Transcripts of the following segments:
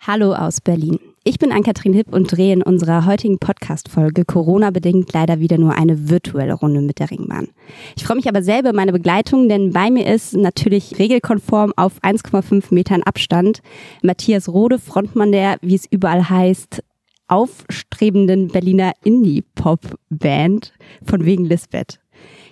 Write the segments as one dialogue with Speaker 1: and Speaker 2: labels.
Speaker 1: Hallo aus Berlin. Ich bin Ann-Kathrin Hipp und drehe in unserer heutigen Podcast-Folge Corona-bedingt leider wieder nur eine virtuelle Runde mit der Ringbahn. Ich freue mich aber selber über meine Begleitung, denn bei mir ist natürlich regelkonform auf 1,5 Metern Abstand Matthias Rode, Frontmann der, wie es überall heißt, aufstrebenden Berliner Indie-Pop-Band von wegen Lisbeth.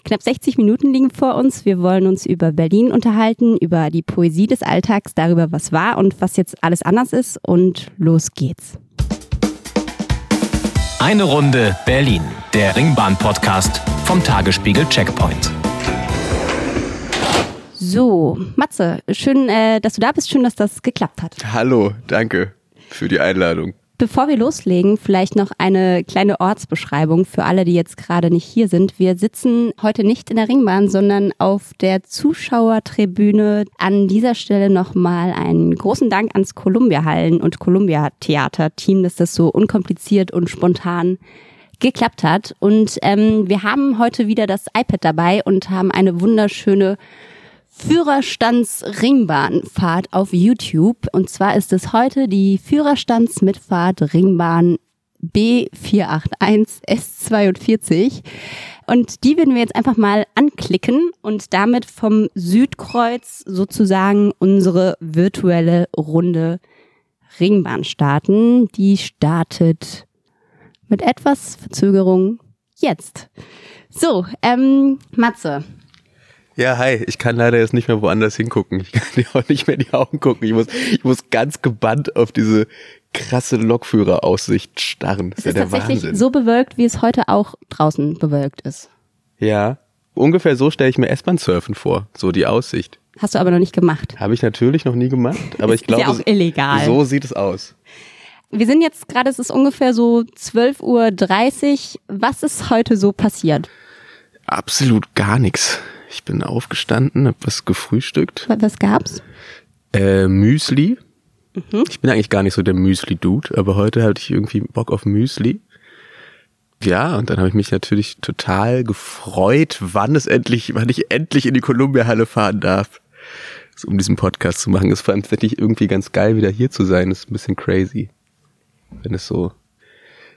Speaker 1: Knapp 60 Minuten liegen vor uns. Wir wollen uns über Berlin unterhalten, über die Poesie des Alltags, darüber, was war und was jetzt alles anders ist. Und los geht's.
Speaker 2: Eine Runde Berlin, der Ringbahn-Podcast vom Tagesspiegel Checkpoint.
Speaker 1: So, Matze, schön, äh, dass du da bist. Schön, dass das geklappt hat.
Speaker 3: Hallo, danke für die Einladung.
Speaker 1: Bevor wir loslegen, vielleicht noch eine kleine Ortsbeschreibung für alle, die jetzt gerade nicht hier sind. Wir sitzen heute nicht in der Ringbahn, sondern auf der Zuschauertribüne. An dieser Stelle nochmal einen großen Dank ans Columbia Hallen und Columbia Theater Team, dass das so unkompliziert und spontan geklappt hat. Und ähm, wir haben heute wieder das iPad dabei und haben eine wunderschöne Führerstands-Ringbahnfahrt auf YouTube. Und zwar ist es heute die Führerstandsmitfahrt Ringbahn B481 S42. Und die werden wir jetzt einfach mal anklicken und damit vom Südkreuz sozusagen unsere virtuelle Runde Ringbahn starten. Die startet mit etwas Verzögerung jetzt. So, ähm, Matze,
Speaker 3: Ja, hi, ich kann leider jetzt nicht mehr woanders hingucken. Ich kann dir auch nicht mehr in die Augen gucken. Ich muss, ich muss ganz gebannt auf diese krasse Lokführeraussicht starren. Das
Speaker 1: Es
Speaker 3: ist ja
Speaker 1: ist
Speaker 3: der
Speaker 1: tatsächlich
Speaker 3: Wahnsinn.
Speaker 1: so bewölkt, wie es heute auch draußen bewölkt ist.
Speaker 3: ja, ungefähr so stelle ich mir S-Bahn-Surfen vor. So die Aussicht.
Speaker 1: Hast du aber noch nicht gemacht.
Speaker 3: Habe ich natürlich noch nie gemacht, aber
Speaker 1: Ist
Speaker 3: ich glaube,
Speaker 1: ja auch illegal.
Speaker 3: so sieht es aus.
Speaker 1: Wir sind jetzt gerade, es ist ungefähr so 12.30 Uhr. Was ist heute so passiert?
Speaker 3: Absolut gar nichts. Ich bin aufgestanden, hab was gefrühstückt.
Speaker 1: Was- Was gab's?
Speaker 3: Äh, Müsli.
Speaker 1: Mhm.
Speaker 3: Ich bin eigentlich gar nicht so der Müsli-Dude, aber heute hatte ich irgendwie Bock auf Müsli. Ja, und dann habe ich mich natürlich total gefreut, wann es endlich, wann ich endlich in die Columbia-Halle fahren darf, so, um diesen Podcast zu machen. Ist vor allem tatsächlich irgendwie ganz geil, wieder hier zu sein. Ist ein bisschen crazy, wenn es so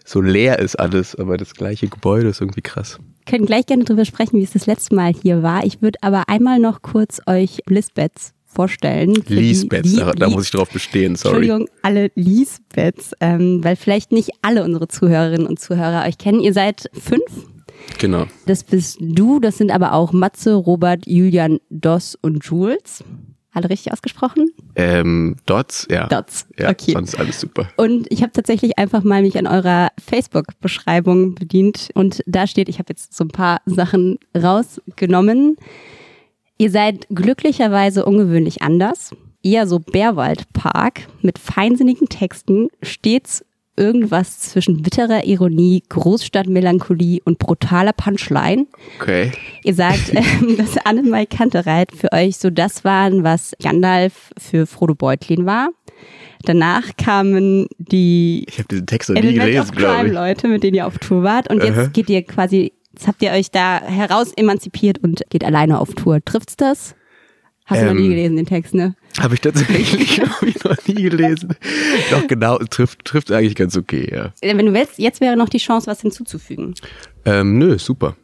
Speaker 3: so leer ist alles, aber das gleiche Gebäude ist irgendwie krass.
Speaker 1: können gleich gerne drüber sprechen, wie es das letzte Mal hier war. Ich würde aber einmal noch kurz euch Lisbeths vorstellen. Für die-
Speaker 3: Lisbeth,
Speaker 1: die-
Speaker 3: da, da muss ich drauf bestehen, sorry.
Speaker 1: Entschuldigung, alle Lisbeths, ähm, weil vielleicht nicht alle unsere Zuhörerinnen und Zuhörer euch kennen. Ihr seid fünf
Speaker 3: Genau.
Speaker 1: Das bist du, das sind aber auch Matze, Robert, Julian, Doss und Jules. Alle richtig ausgesprochen?
Speaker 3: Ähm, Dots, ja.
Speaker 1: Dots,
Speaker 3: Ja,
Speaker 1: okay.
Speaker 3: sonst alles super.
Speaker 1: Und ich habe tatsächlich einfach mal mich an eurer Facebook-Beschreibung bedient und da steht, ich habe jetzt so ein paar Sachen rausgenommen. Ihr seid glücklicherweise ungewöhnlich anders. Eher so Bärwaldpark mit feinsinnigen Texten, stets irgendwas zwischen bitterer Ironie, Großstadtmelancholie und brutaler Punchline.
Speaker 3: Okay.
Speaker 1: Ihr sagt, ähm, dass Annemai Kantereit für euch so das waren, was Gandalf für Frodo Beutlin war. Danach kamen die
Speaker 3: Ich habe diesen Text noch nie
Speaker 1: Element
Speaker 3: gelesen,
Speaker 1: of
Speaker 3: glaube
Speaker 1: Crime
Speaker 3: ich.
Speaker 1: Leute, mit denen ihr auf Tour wart. Und
Speaker 3: Aha.
Speaker 1: jetzt geht ihr quasi, jetzt habt ihr euch da heraus emanzipiert und geht alleine auf Tour. Trifft's das? Hast du noch nie
Speaker 3: Ähm.
Speaker 1: gelesen, den Text, ne?
Speaker 3: Habe ich tatsächlich glaub ich, noch nie gelesen. Doch genau, trifft trifft eigentlich ganz okay, ja.
Speaker 1: Äh, Wenn du willst, jetzt wäre noch die Chance, was hinzuzufügen.
Speaker 3: Ähm, nö, super.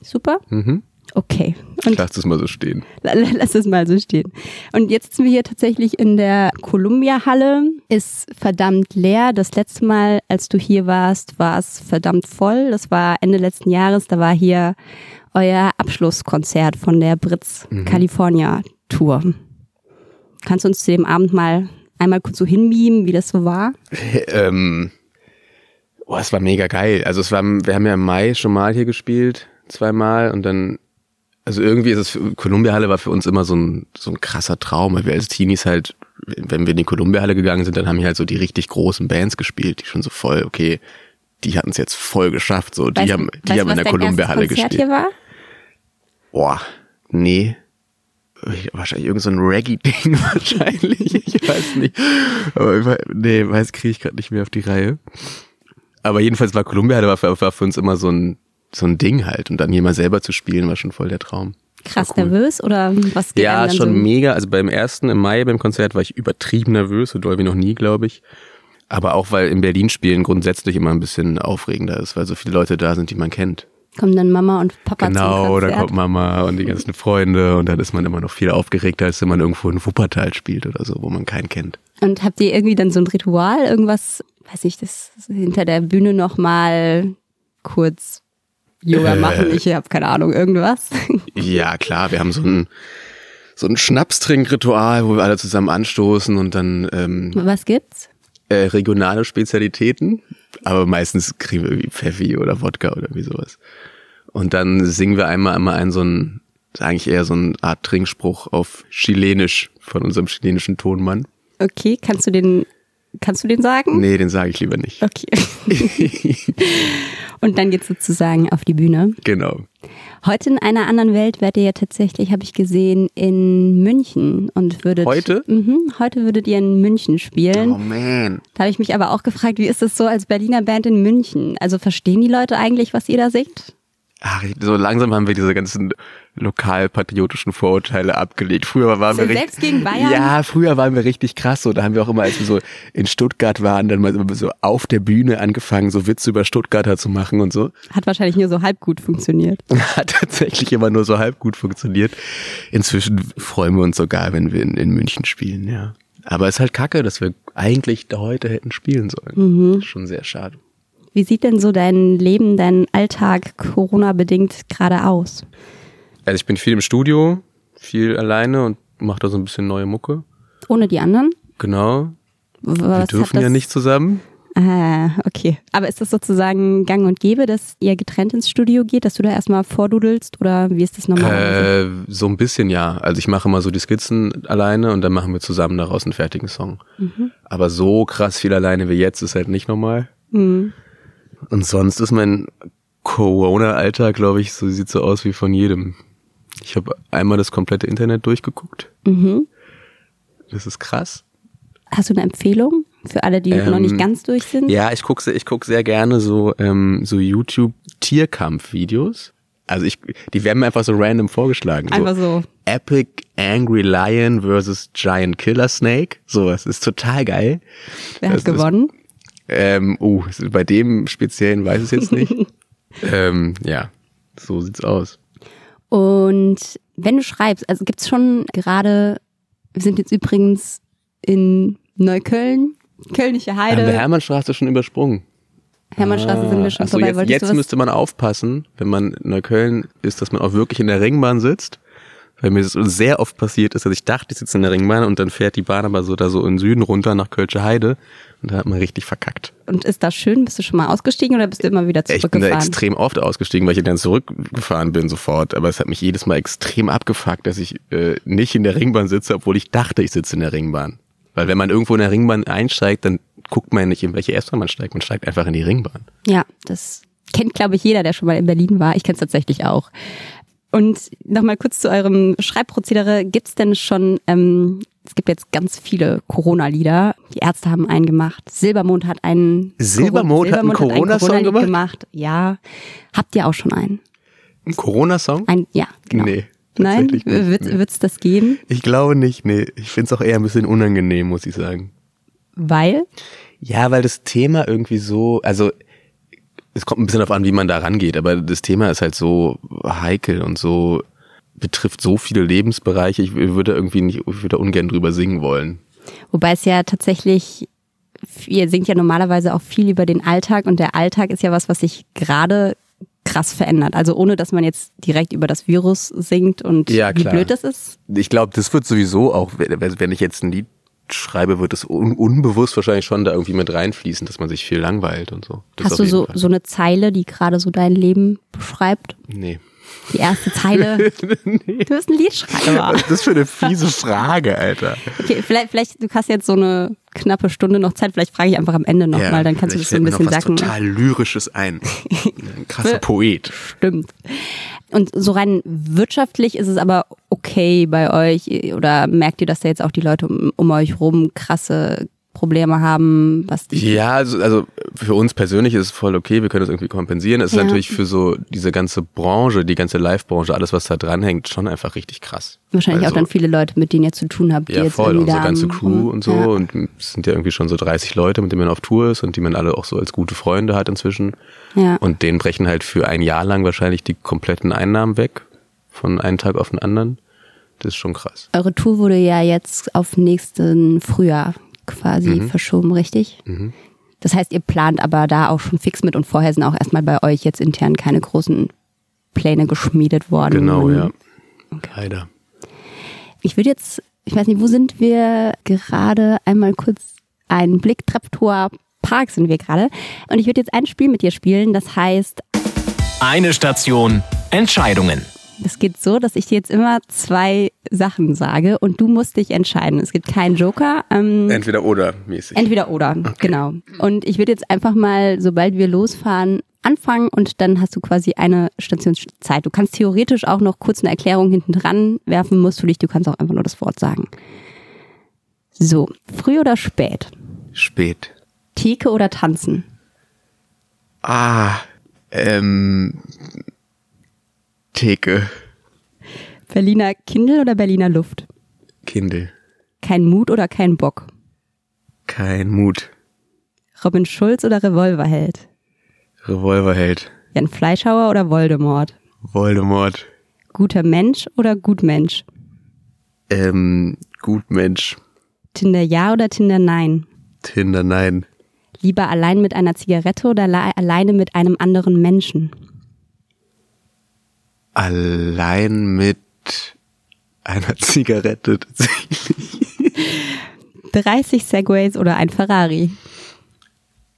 Speaker 1: Super?
Speaker 3: Mhm.
Speaker 1: Okay.
Speaker 3: Ich
Speaker 1: Und
Speaker 3: lasse das mal so stehen.
Speaker 1: L- Lass es mal so stehen. Und jetzt sind wir hier tatsächlich in der Columbia-Halle. Ist verdammt leer. Das letzte Mal, als du hier warst, war es verdammt voll. Das war Ende letzten Jahres. Da war hier euer Abschlusskonzert von der Britz
Speaker 3: Mhm.
Speaker 1: California Tour. Kannst du uns zu dem Abend mal einmal kurz so hinbeamen, wie das so war?
Speaker 3: Ähm, oh, es war mega geil. Also es war, wir haben ja im Mai schon mal hier gespielt, zweimal und dann, also irgendwie ist es, für- Columbia-Halle war für uns immer so ein, so ein krasser Traum, weil wir als Teenies halt, wenn wir in die Columbia-Halle gegangen sind, dann haben wir halt so die richtig großen Bands gespielt, die schon so voll, okay, die hatten es jetzt voll geschafft, so, die
Speaker 1: Weißt-
Speaker 3: haben,
Speaker 1: weißt
Speaker 3: die
Speaker 1: du,
Speaker 3: haben
Speaker 1: was
Speaker 3: in der
Speaker 1: dein
Speaker 3: Columbia-Halle
Speaker 1: erstes Konzert
Speaker 3: gespielt.
Speaker 1: Hier war?
Speaker 3: Boah, nee. Wahrscheinlich irgend so ein Reggae-Ding wahrscheinlich. Ich weiß nicht. Aber ich, wei- nee, weiß, kriege ich gerade nicht mehr auf die Reihe. Aber jedenfalls halt. war Columbia war für, war für uns immer so ein, so ein Ding halt. Und dann hier mal selber zu spielen, war schon voll der Traum.
Speaker 1: krass
Speaker 3: War cool.
Speaker 1: nervös oder was geht
Speaker 3: Ja,
Speaker 1: einem dann
Speaker 3: schon
Speaker 1: so?
Speaker 3: mega. Also beim ersten im Mai beim Konzert war ich übertrieben nervös, so doll wie noch nie, glaube ich. Aber auch weil in Berlin spielen grundsätzlich immer ein bisschen aufregender ist, weil so viele Leute da sind, die man kennt.
Speaker 1: Kommen dann Mama und Papa zum
Speaker 3: genau, da
Speaker 1: Konzert.
Speaker 3: kommt Mama und die ganzen Freunde und dann ist man immer noch viel aufgeregter, als wenn man irgendwo in Wuppertal spielt oder so, wo man keinen kennt.
Speaker 1: Und habt ihr irgendwie dann so ein Ritual, irgendwas, weiß nicht, das hinter der Bühne nochmal kurz Yoga
Speaker 3: Äh.
Speaker 1: machen? Ich habe keine Ahnung, irgendwas.
Speaker 3: Ja, klar, wir haben so ein so ein Schnapstrink-Ritual, wo wir alle zusammen anstoßen und dann ähm,
Speaker 1: Was gibt's?
Speaker 3: äh, regionale Spezialitäten, aber meistens kriegen wir irgendwie Pfeffi oder Wodka oder irgendwie sowas. Und dann singen wir einmal einmal einen so ein, ist eigentlich eher so eine Art Trinkspruch auf Chilenisch von unserem chilenischen Tonmann.
Speaker 1: Okay, kannst du den, kannst du den sagen?
Speaker 3: Nee, den sage ich lieber nicht.
Speaker 1: Okay. und dann geht's sozusagen auf die Bühne.
Speaker 3: Genau.
Speaker 1: Heute in einer anderen Welt werdet ihr ja tatsächlich, habe ich gesehen, in München und würdet
Speaker 3: Heute?
Speaker 1: Mhm, heute würdet ihr in München spielen.
Speaker 3: man.
Speaker 1: Da habe ich mich aber auch gefragt, wie ist das so als Berliner Band in München? Also verstehen die Leute eigentlich, was ihr da singt?
Speaker 3: Ach, ich- so langsam haben wir diese ganzen lokalpatriotischen Vorurteile abgelegt. Früher waren wir
Speaker 1: Sind
Speaker 3: richtig,
Speaker 1: selbst gegen Bayern?
Speaker 3: Ja, früher waren wir richtig krass. So, da haben wir auch immer, als wir so in Stuttgart waren, dann mal so auf der Bühne angefangen, so Witze über Stuttgarter zu machen und so.
Speaker 1: Hat wahrscheinlich nur so halb gut funktioniert.
Speaker 3: hat tatsächlich immer nur so halb gut funktioniert. Inzwischen freuen wir uns sogar, wenn wir in, in München spielen, ja. Aber es ist halt kacke, dass wir eigentlich da heute hätten spielen
Speaker 1: Mhm.
Speaker 3: sollen. Schon sehr schade.
Speaker 1: Wie sieht denn so dein Leben, dein Alltag Corona-bedingt gerade aus?
Speaker 3: Also ich bin viel im Studio, viel alleine und mache da so ein bisschen neue Mucke.
Speaker 1: Ohne die anderen?
Speaker 3: Genau.
Speaker 1: Was
Speaker 3: wir
Speaker 1: hat
Speaker 3: dürfen
Speaker 1: das-
Speaker 3: ja nicht zusammen.
Speaker 1: Ah, okay. Aber ist das sozusagen gang und gäbe, dass ihr getrennt ins Studio geht, dass du da erstmal vordudelst oder wie ist das normalerweise?
Speaker 3: Äh, so ein bisschen ja. Also ich mache immer so die Skizzen alleine und dann machen wir zusammen daraus einen fertigen Song.
Speaker 1: Mhm.
Speaker 3: Aber so krass viel alleine wie jetzt ist halt nicht normal.
Speaker 1: Hm.
Speaker 3: Und sonst ist mein Corona-Alltag, glaube ich, so sieht so aus wie von jedem. Ich habe einmal das komplette Internet durchgeguckt.
Speaker 1: Mhm.
Speaker 3: Das ist krass.
Speaker 1: Hast du eine Empfehlung für alle, die noch
Speaker 3: Ähm,
Speaker 1: nicht ganz durch sind?
Speaker 3: Ja, ich gucke ich guck sehr gerne so, ähm, so YouTube-Tierkampf-Videos. Also ich, die werden mir einfach so random vorgeschlagen. So.
Speaker 1: Einfach so.
Speaker 3: Epic Angry Lion versus Giant Killer Snake. Sowas ist total geil.
Speaker 1: Wer
Speaker 3: das
Speaker 1: hat
Speaker 3: Also, ist-
Speaker 1: gewonnen?
Speaker 3: Ähm, uh, bei dem speziellen weiß ich es jetzt nicht. ähm, ja, so sieht's aus.
Speaker 1: Und wenn du schreibst, also gibt's schon gerade, wir sind jetzt übrigens in Neukölln, Kölnische
Speaker 3: Haben wir
Speaker 1: Heide,
Speaker 3: Hermannstraße schon übersprungen?
Speaker 1: Hermannstraße sind wir schon
Speaker 3: Ach so,
Speaker 1: vorbei.
Speaker 3: jetzt,
Speaker 1: Wolltest du
Speaker 3: jetzt
Speaker 1: was-
Speaker 3: müsste man aufpassen, wenn man in Neukölln ist, dass man auch wirklich in der Ringbahn sitzt. Weil mir das sehr oft passiert ist, dass ich dachte, ich sitze in der Ringbahn und dann fährt die Bahn aber so da so in den Süden runter nach Kölsche Heide und da hat man richtig verkackt.
Speaker 1: Und ist das schön? Bist du schon mal ausgestiegen oder bist du immer wieder
Speaker 3: Ich bin da
Speaker 1: zurückgefahren?
Speaker 3: extrem oft ausgestiegen, weil ich dann zurückgefahren bin sofort. Aber es hat mich jedes Mal extrem abgefuckt, dass ich äh, nicht in der Ringbahn sitze, obwohl ich dachte, ich sitze in der Ringbahn. Weil wenn man irgendwo in der Ringbahn einsteigt, dann guckt man ja nicht, in welche S-Bahn man steigt. Man steigt einfach in die Ringbahn.
Speaker 1: Ja, das kennt, glaube ich, jeder, der schon mal in Berlin war. Ich kenne es tatsächlich auch. Und nochmal kurz zu eurem Schreibprozedere. Gibt's denn schon, ähm, es gibt jetzt ganz viele Corona-Lieder. Die Ärzte haben einen gemacht. Silbermond hat einen.
Speaker 3: Silbermond hat einen
Speaker 1: Silbermond ein
Speaker 3: Corona-Song
Speaker 1: Corona-Lied
Speaker 3: gemacht?
Speaker 1: gemacht? Ja. Habt ihr auch schon einen?
Speaker 3: Ein Corona-Song?
Speaker 1: Ein, ja, genau.
Speaker 3: Nee,
Speaker 1: Nein,
Speaker 3: tatsächlich nicht.
Speaker 1: wird
Speaker 3: Nee.
Speaker 1: es das geben?
Speaker 3: Ich glaube nicht, nee. Ich find's auch eher ein bisschen unangenehm, muss ich sagen.
Speaker 1: Weil?
Speaker 3: Ja, weil das Thema irgendwie so, also es kommt ein bisschen darauf an, wie man da rangeht, aber das Thema ist halt so heikel und so betrifft so viele Lebensbereiche. Ich würde irgendwie nicht, ich würde da ungern drüber singen wollen.
Speaker 1: Wobei es ja tatsächlich, ihr singt ja normalerweise auch viel über den Alltag und der Alltag ist ja was, was sich gerade krass verändert. Also ohne, dass man jetzt direkt über das Virus singt und
Speaker 3: Ja,
Speaker 1: wie
Speaker 3: klar.
Speaker 1: blöd das ist.
Speaker 3: Ich glaube, das wird sowieso auch, wenn wenn ich jetzt ein Lied schreibe, wird das un unbewusst wahrscheinlich schon da irgendwie mit reinfließen, dass man sich viel langweilt und so. Das auf
Speaker 1: Hast du
Speaker 3: jeden
Speaker 1: so,
Speaker 3: Fall.
Speaker 1: so eine Zeile, die gerade so dein Leben beschreibt?
Speaker 3: Nee.
Speaker 1: Die erste Zeile. Du bist ein Liedschreiber.
Speaker 3: Was ist das für eine fiese Frage, Alter?
Speaker 1: Okay, vielleicht, vielleicht, du hast jetzt so eine knappe Stunde noch Zeit. Vielleicht frage ich einfach am Ende nochmal, mal, dann kannst du das
Speaker 3: vielleicht
Speaker 1: so ein bisschen
Speaker 3: fällt mir noch was
Speaker 1: sacken.
Speaker 3: total Lyrisches ein. Ein krasser Poet.
Speaker 1: Stimmt. Und so rein wirtschaftlich ist es aber okay bei euch oder merkt ihr, dass da jetzt auch die Leute um, um euch rum krasse Probleme haben, was die
Speaker 3: Ja, also, also für uns persönlich ist es voll okay, wir können das irgendwie kompensieren. Es ist
Speaker 1: Ja.
Speaker 3: natürlich für so diese ganze Branche, die ganze Live-Branche, alles, was da dranhängt, schon einfach richtig krass.
Speaker 1: Wahrscheinlich auch
Speaker 3: Also-
Speaker 1: dann viele Leute, mit denen ihr zu tun habt, die
Speaker 3: Ja,
Speaker 1: jetzt
Speaker 3: voll.
Speaker 1: irgendwie
Speaker 3: Unsere
Speaker 1: da
Speaker 3: ganze
Speaker 1: am-
Speaker 3: Crew und so.
Speaker 1: Ja.
Speaker 3: Und es sind ja irgendwie schon so 30 Leute, mit denen man auf Tour ist und die man alle auch so als gute Freunde hat inzwischen.
Speaker 1: Ja.
Speaker 3: Und denen brechen halt für ein Jahr lang wahrscheinlich die kompletten Einnahmen weg. Von einem Tag auf den anderen. Das ist schon krass.
Speaker 1: Eure Tour wurde ja jetzt auf nächsten Frühjahr quasi
Speaker 3: Mhm.
Speaker 1: verschoben, richtig? Das heißt, ihr plant aber da auch schon fix mit und vorher sind auch erstmal bei euch jetzt intern keine großen Pläne geschmiedet worden.
Speaker 3: Genau, ja. Leider.
Speaker 1: Ich würde jetzt, ich weiß nicht, wo sind wir gerade? Einmal kurz einen Blick, Treptower Park sind wir gerade. Und ich würde jetzt ein Spiel mit dir spielen, das heißt
Speaker 2: Eine Station Entscheidungen.
Speaker 1: Es geht so, dass ich dir jetzt immer zwei Sachen sage und du musst dich entscheiden. Es gibt keinen Joker. Ähm,
Speaker 3: Entweder oder mäßig.
Speaker 1: entweder oder, genau. Und ich würde jetzt einfach mal, sobald wir losfahren, anfangen und dann hast du quasi eine Stationszeit. Du kannst theoretisch auch noch kurz eine Erklärung hinten dran werfen, musst du nicht. Du kannst auch einfach nur das Wort sagen. So, früh oder spät?
Speaker 3: Spät.
Speaker 1: Theke oder tanzen?
Speaker 3: Ah, ähm, Theke.
Speaker 1: Berliner Kindle oder Berliner Luft?
Speaker 3: Kindle.
Speaker 1: Kein Mut oder kein Bock?
Speaker 3: Kein Mut.
Speaker 1: Robin Schulz oder Revolverheld?
Speaker 3: Revolverheld.
Speaker 1: Jan Fleischhauer oder Voldemort?
Speaker 3: Voldemort.
Speaker 1: Guter Mensch oder Gutmensch?
Speaker 3: Ähm, Gutmensch.
Speaker 1: Tinder ja oder Tinder nein?
Speaker 3: Tinder, nein.
Speaker 1: Lieber allein mit einer Zigarette oder la- alleine mit einem anderen Menschen?
Speaker 3: Allein mit einer Zigarette tatsächlich.
Speaker 1: 30 Segways oder ein Ferrari?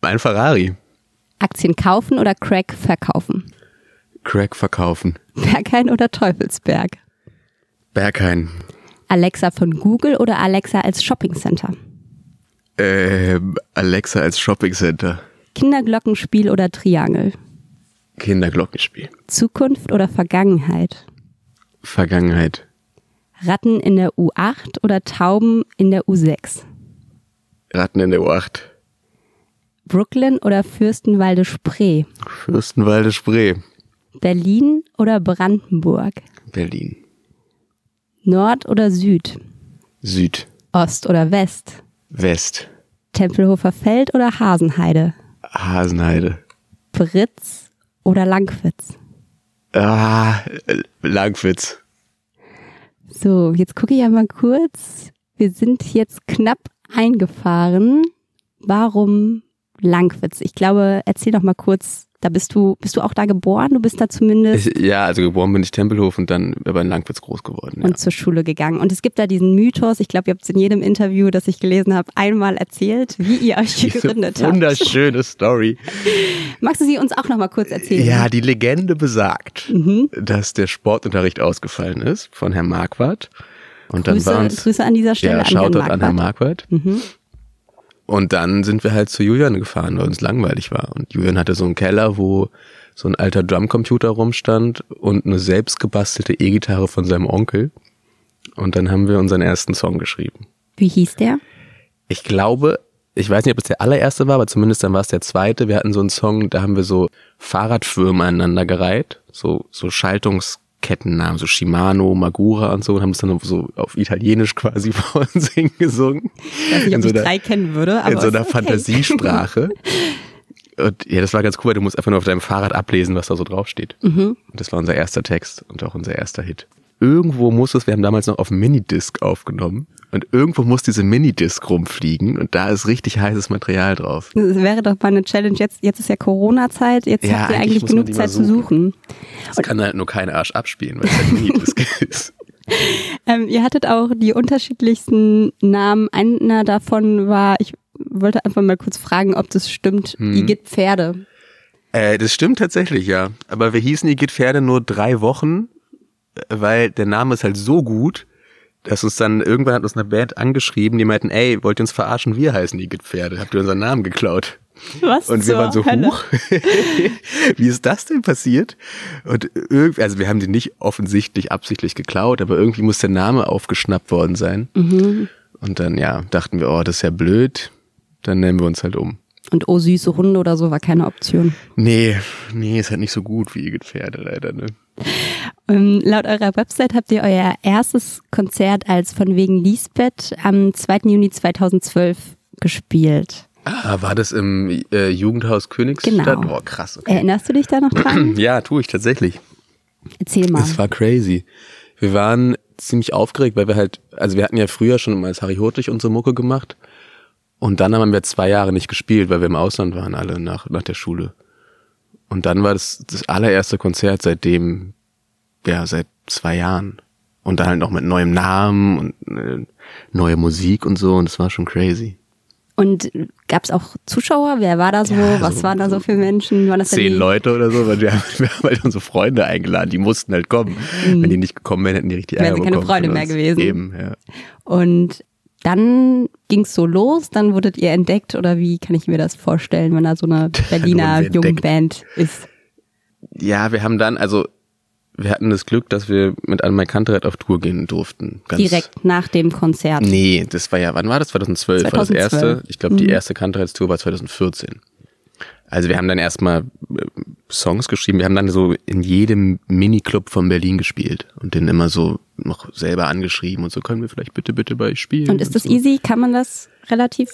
Speaker 3: Ein Ferrari.
Speaker 1: Aktien kaufen oder Crack verkaufen?
Speaker 3: Crack verkaufen.
Speaker 1: Berghain oder Teufelsberg?
Speaker 3: Berghain.
Speaker 1: Alexa von Google oder Alexa als Shoppingcenter?
Speaker 3: Ähm, Alexa als Shopping Center.
Speaker 1: Kinderglockenspiel oder Triangel?
Speaker 3: Kinderglockenspiel.
Speaker 1: Zukunft oder Vergangenheit?
Speaker 3: Vergangenheit.
Speaker 1: Ratten in der U8 oder Tauben in der U6?
Speaker 3: Ratten in der U8.
Speaker 1: Brooklyn oder Fürstenwalde Spree?
Speaker 3: Fürstenwalde Spree.
Speaker 1: Berlin oder Brandenburg?
Speaker 3: Berlin.
Speaker 1: Nord oder Süd?
Speaker 3: Süd.
Speaker 1: Ost oder West?
Speaker 3: West.
Speaker 1: Tempelhofer Feld oder Hasenheide?
Speaker 3: Hasenheide.
Speaker 1: Britz oder Langwitz?
Speaker 3: Ah, äh, Langwitz.
Speaker 1: So, jetzt gucke ich einmal kurz. Wir sind jetzt knapp eingefahren. Warum Langwitz? Ich glaube, erzähl doch mal kurz, da bist du, bist du auch da geboren? Du bist da zumindest
Speaker 3: Ich, ja, also geboren bin ich Tempelhof und dann aber in Langwitz groß geworden. Ja.
Speaker 1: und zur Schule gegangen. Und es gibt da diesen Mythos, ich glaube, ihr habt es in jedem Interview, das ich gelesen habe, einmal erzählt, wie ihr euch hier
Speaker 3: Diese
Speaker 1: gegründet habt.
Speaker 3: wunderschöne Story.
Speaker 1: Magst du sie uns auch noch mal kurz erzählen? ne? Mhm.
Speaker 3: Ja, die Legende besagt, dass der Sportunterricht ausgefallen ist von Herrn Marquardt. Und dann war
Speaker 1: Grüße,
Speaker 3: uns
Speaker 1: Grüße an dieser Stelle
Speaker 3: ja,
Speaker 1: an Herrn
Speaker 3: Shoutout an Herrn
Speaker 1: Marquardt. Mhm.
Speaker 3: Marquardt. Und dann sind wir halt zu Julian gefahren, weil uns langweilig war. Und Julian hatte so einen Keller, wo so ein alter Drumcomputer rumstand und eine selbstgebastelte E-Gitarre von seinem Onkel. Und dann haben wir unseren ersten Song geschrieben.
Speaker 1: Wie hieß der?
Speaker 3: Ich glaube, ich weiß nicht, ob es der allererste war, aber zumindest dann war es der zweite. Wir hatten so einen Song, da haben wir so Fahrradfirmen aneinander gereiht, so, so Schaltungskettennamen, so Shimano, Magura und so, und haben es dann so auf Italienisch quasi vor uns hingesungen.
Speaker 1: Ich weiß nicht,
Speaker 3: In
Speaker 1: ob
Speaker 3: so
Speaker 1: ich
Speaker 3: einer-
Speaker 1: drei kennen würde, aber
Speaker 3: in so
Speaker 1: ist halt
Speaker 3: einer
Speaker 1: okay.
Speaker 3: Fantasiesprache. Und ja, das war ganz cool, weil du musst einfach nur auf deinem Fahrrad ablesen, was da so draufsteht.
Speaker 1: Mhm.
Speaker 3: Und das war unser erster Text und auch unser erster Hit. Irgendwo muss es, wir haben damals noch auf Minidisc aufgenommen und irgendwo muss diese Minidisc rumfliegen und da ist richtig heißes Material drauf.
Speaker 1: Das wäre doch mal eine Challenge. Jetzt, jetzt ist ja Corona-Zeit, jetzt
Speaker 3: Ja,
Speaker 1: habt ihr
Speaker 3: eigentlich
Speaker 1: eigentlich
Speaker 3: muss man
Speaker 1: genug
Speaker 3: die mal
Speaker 1: Zeit zu suchen.
Speaker 3: Das kann halt nur kein Arsch abspielen, weil es halt Minidisc ist.
Speaker 1: Ähm, ihr hattet auch die unterschiedlichsten Namen. Einer davon war, ich wollte einfach mal kurz fragen, ob das stimmt.
Speaker 3: Hm.
Speaker 1: Igitt Pferde.
Speaker 3: Äh, das stimmt tatsächlich, ja. Aber wir hießen Igitt Pferde nur drei Wochen, äh, weil der Name ist halt so gut, dass uns dann irgendwann hat uns eine Band angeschrieben, die meinten, ey, wollt ihr uns verarschen? Wir heißen Igitt Pferde. Habt ihr unseren Namen geklaut?
Speaker 1: Was
Speaker 3: Und wir
Speaker 1: zur
Speaker 3: waren so,
Speaker 1: Hölle?
Speaker 3: hoch. Wie ist das denn passiert? Und irgendwie, also wir haben den nicht offensichtlich absichtlich geklaut, aber irgendwie muss der Name aufgeschnappt worden sein. Und dann, ja, dachten wir, oh, das ist ja blöd. Dann nennen wir uns halt um.
Speaker 1: Und oh, süße Hunde oder so war keine Option.
Speaker 3: Nee, nee, ist halt nicht so gut wie Gefährde leider, ne?
Speaker 1: Ähm, laut eurer Website habt ihr euer erstes Konzert als von wegen Lisbeth am 2. Juni 2012 gespielt.
Speaker 3: Ah, war das im äh, Jugendhaus Königsstadt?
Speaker 1: Genau.
Speaker 3: Oh, krass. Okay.
Speaker 1: Erinnerst du dich da noch dran?
Speaker 3: Ja, tue ich tatsächlich.
Speaker 1: Erzähl mal.
Speaker 3: Es war crazy. Wir waren ziemlich aufgeregt, weil wir halt, also wir hatten ja früher schon mal als Harry Hurtig unsere Mucke gemacht. Und dann haben wir zwei Jahre nicht gespielt, weil wir im Ausland waren alle nach, nach der Schule. Und dann war das das allererste Konzert seitdem, ja, seit zwei Jahren. Und dann halt noch mit neuem Namen und äh, neue Musik und so. Und es war schon crazy.
Speaker 1: Und gab es auch Zuschauer? Wer war da so?
Speaker 3: Ja,
Speaker 1: Was
Speaker 3: so-
Speaker 1: waren da so für Menschen? Waren das denn
Speaker 3: Zehn
Speaker 1: die-
Speaker 3: Leute oder so, weil wir haben, wir haben halt unsere Freunde eingeladen. Die mussten halt kommen. Wenn die nicht gekommen wären, hätten die richtig
Speaker 1: Wären
Speaker 3: Ärger
Speaker 1: sie Mhm. keine
Speaker 3: bekommen von
Speaker 1: Freunde mehr
Speaker 3: uns.
Speaker 1: gewesen.
Speaker 3: Eben, ja.
Speaker 1: Und dann ging's so los, dann wurdet ihr entdeckt oder wie kann ich mir das vorstellen, wenn da so eine Berliner
Speaker 3: wurden wir entdeckt.
Speaker 1: Jungband ist?
Speaker 3: Ja, wir haben dann, also wir hatten das Glück, dass wir mit Anne Kantereit auf Tour gehen durften. Ganz Mhm.
Speaker 1: Direkt nach dem Konzert.
Speaker 3: Nee, das war ja, wann war das? 2012, war das
Speaker 1: 2012.
Speaker 3: erste. Ich glaube,
Speaker 1: Mhm.
Speaker 3: die erste Kantereitstour war 2014. Also wir haben dann erstmal äh, Songs geschrieben. Wir haben dann so in jedem Miniclub von Berlin gespielt und den immer so noch selber angeschrieben und so können wir vielleicht bitte, bitte bei euch spielen.
Speaker 1: Und ist das
Speaker 3: so.
Speaker 1: easy? Kann man das relativ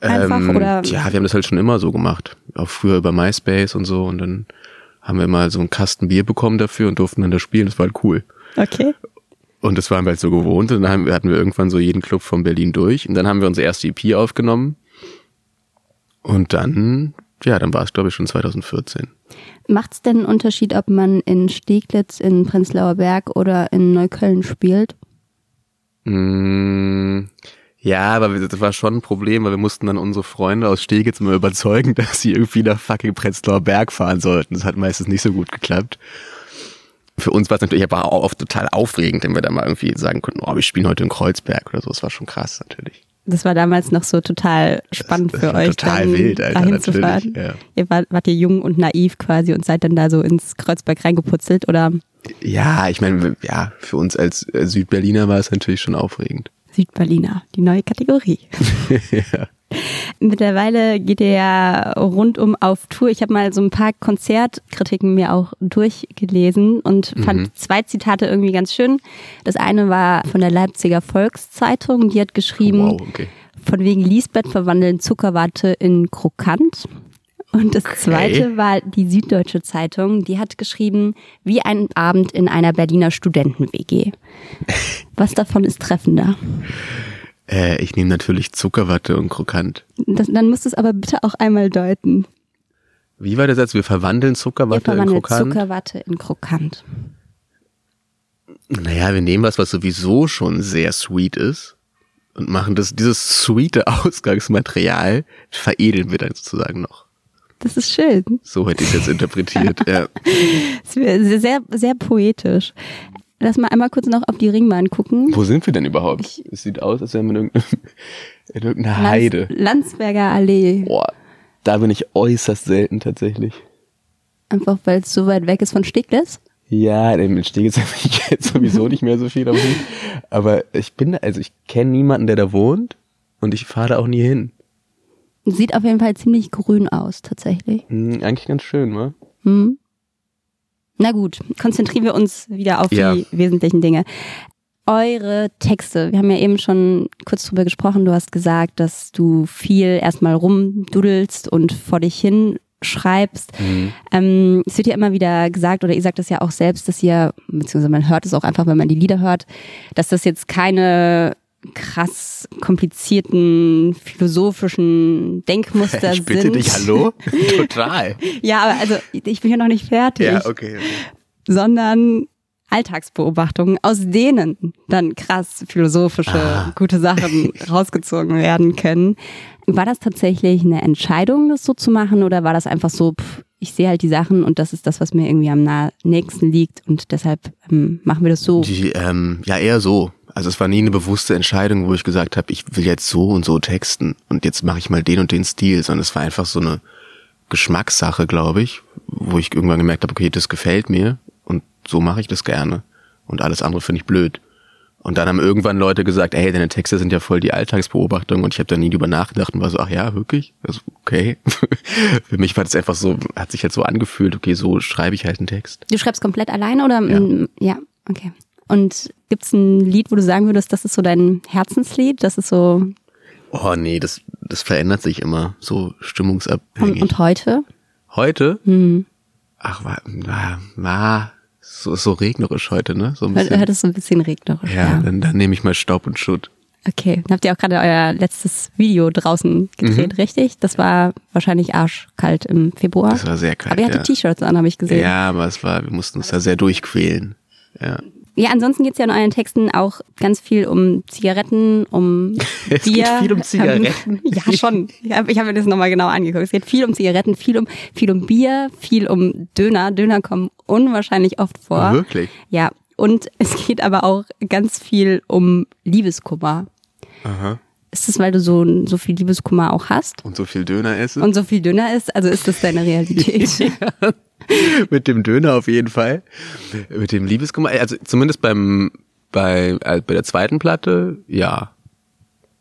Speaker 1: einfach
Speaker 3: Ähm,
Speaker 1: oder?
Speaker 3: Ja, wir haben das halt schon immer so gemacht. Auch früher über MySpace und so und dann haben wir mal so einen Kasten Bier bekommen dafür und durften dann da spielen. Das war halt cool.
Speaker 1: Okay.
Speaker 3: Und das waren wir halt so gewohnt. Und dann haben, hatten wir irgendwann so jeden Club von Berlin durch. Und dann haben wir unsere erste EP aufgenommen. Und dann, ja, dann war es, glaube ich, schon 2014.
Speaker 1: Macht's denn einen Unterschied, ob man in Steglitz, in Prenzlauer Berg oder in Neukölln spielt?
Speaker 3: Mm, ja, aber wir- das war schon ein Problem, weil wir mussten dann unsere Freunde aus Stegitz mal überzeugen, dass sie irgendwie nach fucking Prenzlauer Berg fahren sollten. Das hat meistens nicht so gut geklappt. Für uns war es natürlich aber auch oft total aufregend, wenn wir da mal irgendwie sagen konnten, oh, wir spielen heute in Kreuzberg oder so. Das war schon krass natürlich.
Speaker 1: Das war damals noch so total spannend
Speaker 3: das
Speaker 1: für
Speaker 3: war
Speaker 1: euch.
Speaker 3: total
Speaker 1: dann
Speaker 3: wild, Alter,
Speaker 1: dahin zu fahren.
Speaker 3: natürlich, ja.
Speaker 1: Ihr wart, wart ihr jung und naiv quasi und seid dann da so ins Kreuzberg reingeputzelt oder
Speaker 3: Ja, ich meine, wir- ja, für uns als äh, Südberliner war es natürlich schon aufregend.
Speaker 1: Südberliner, die neue Kategorie. Mittlerweile geht ihr ja rundum auf Tour. Ich habe mal so ein paar Konzertkritiken mir auch durchgelesen und
Speaker 3: Mhm.
Speaker 1: fand zwei Zitate irgendwie ganz schön. Das eine war von der Leipziger Volkszeitung, die hat geschrieben,
Speaker 3: Wow, okay.
Speaker 1: von wegen Lisbeth verwandeln Zuckerwatte in Krokant. Und das zweite war die Süddeutsche Zeitung, die hat geschrieben, wie ein Abend in einer Berliner Studenten-WG. Was davon ist treffender?
Speaker 3: Äh, ich nehme natürlich Zuckerwatte und Krokant.
Speaker 1: Das, dann musst du es aber bitte auch einmal deuten.
Speaker 3: Wie war der Satz? Wir verwandeln
Speaker 1: Ihr
Speaker 3: Zuckerwatte in
Speaker 1: verwandelt
Speaker 3: Krokant.
Speaker 1: Zuckerwatte in Krokant.
Speaker 3: Naja, wir nehmen was, was sowieso schon sehr sweet ist und machen das, dieses sweete Ausgangsmaterial veredeln wir dann sozusagen noch.
Speaker 1: Das ist schön.
Speaker 3: So hätte ich es jetzt interpretiert. ja.
Speaker 1: Das ist sehr, sehr, sehr poetisch. Lass mal einmal kurz noch auf die Ringbahn gucken.
Speaker 3: Wo sind wir denn überhaupt? Es sieht aus, als wären wir in irgendeinem- in irgendeiner
Speaker 1: Lands-
Speaker 3: Heide.
Speaker 1: Landsberger Allee.
Speaker 3: Boah, da bin ich äußerst selten tatsächlich.
Speaker 1: Einfach weil es so weit weg ist von Steglitz.
Speaker 3: Ja, im Stegitz habe ich jetzt sowieso nicht mehr so viel am Hut. Aber ich bin, da- also ich kenne niemanden, der da wohnt und ich fahre da auch nie hin.
Speaker 1: Sieht auf jeden Fall ziemlich grün aus, tatsächlich.
Speaker 3: Hm, eigentlich ganz schön, wa?
Speaker 1: Hm. Na gut, konzentrieren wir uns wieder auf
Speaker 3: Ja.
Speaker 1: die wesentlichen Dinge. Eure Texte, wir haben ja eben schon kurz drüber gesprochen, du hast gesagt, dass du viel erstmal rumdudelst und vor dich hin schreibst.
Speaker 3: Mhm.
Speaker 1: Ähm, es wird ja immer wieder gesagt, oder ihr sagt das ja auch selbst, dass ihr, beziehungsweise man hört es auch einfach, wenn man die Lieder hört, dass das jetzt keine krass komplizierten philosophischen Denkmuster
Speaker 3: ich bitte
Speaker 1: sind.
Speaker 3: dich, hallo? Total.
Speaker 1: Ja, aber also ich bin ja noch nicht fertig,
Speaker 3: ja, okay.
Speaker 1: sondern Alltagsbeobachtungen, aus denen dann krass philosophische,
Speaker 3: Ah.
Speaker 1: gute Sachen rausgezogen werden können. War das tatsächlich eine Entscheidung, das so zu machen oder war das einfach so, pff, ich sehe halt die Sachen und das ist das, was mir irgendwie am nah nächsten liegt und deshalb ähm, machen wir das so.
Speaker 3: Die, ähm, ja, eher so. Also es war nie eine bewusste Entscheidung, wo ich gesagt habe, ich will jetzt so und so texten und jetzt mache ich mal den und den Stil, sondern es war einfach so eine Geschmackssache, glaube ich, wo ich irgendwann gemerkt habe, okay, das gefällt mir und so mache ich das gerne und alles andere finde ich blöd. Und dann haben irgendwann Leute gesagt, ey, deine Texte sind ja voll die Alltagsbeobachtung und ich habe da nie drüber nachgedacht und war so, ach ja, wirklich? Das okay. Für mich war das einfach so, hat sich halt so angefühlt, okay, so schreibe ich halt einen Text.
Speaker 1: Du schreibst komplett alleine oder? Ja, ja okay. Und gibt's ein Lied, wo du sagen würdest, das ist so dein Herzenslied? Das ist so.
Speaker 3: Oh nee, das, das verändert sich immer, so
Speaker 1: Und,
Speaker 3: stimmungsabhängig.
Speaker 1: und heute?
Speaker 3: Heute?
Speaker 1: Hm.
Speaker 3: Ach, war, war, war so, so regnerisch heute, ne? So ein
Speaker 1: Heute
Speaker 3: bisschen.
Speaker 1: heute ist so ein bisschen regnerisch.
Speaker 3: ja, dann, dann nehme ich mal Staub und Schutt.
Speaker 1: Okay, dann habt ihr auch gerade euer letztes Video draußen gedreht,
Speaker 3: Mhm.
Speaker 1: richtig? Das war wahrscheinlich arschkalt im Februar.
Speaker 3: Das war sehr kalt.
Speaker 1: Aber ihr hattet
Speaker 3: ja.
Speaker 1: T-Shirts an, habe ich gesehen.
Speaker 3: ja, aber es war, wir mussten uns da sehr durchquälen. Ja.
Speaker 1: Ja, ansonsten geht's ja in euren Texten auch ganz viel um Zigaretten, um
Speaker 3: Es
Speaker 1: Bier.
Speaker 3: geht viel um Zigaretten.
Speaker 1: Ähm, ja, schon. Ich habe ich hab mir das nochmal genau angeguckt. Es geht viel um Zigaretten, viel um, viel um Bier, viel um Döner. Döner kommen unwahrscheinlich oft vor.
Speaker 3: Wirklich?
Speaker 1: Ja. Und es geht aber auch ganz viel um Liebeskummer.
Speaker 3: Aha.
Speaker 1: Ist das, weil du so, so viel Liebeskummer auch hast?
Speaker 3: Und so viel Döner essen.
Speaker 1: Und so viel Döner ist, also ist das deine Realität.
Speaker 3: mit dem Döner auf jeden Fall. Mit dem Liebeskummer. Also zumindest beim, bei, äh, bei der zweiten Platte, ja.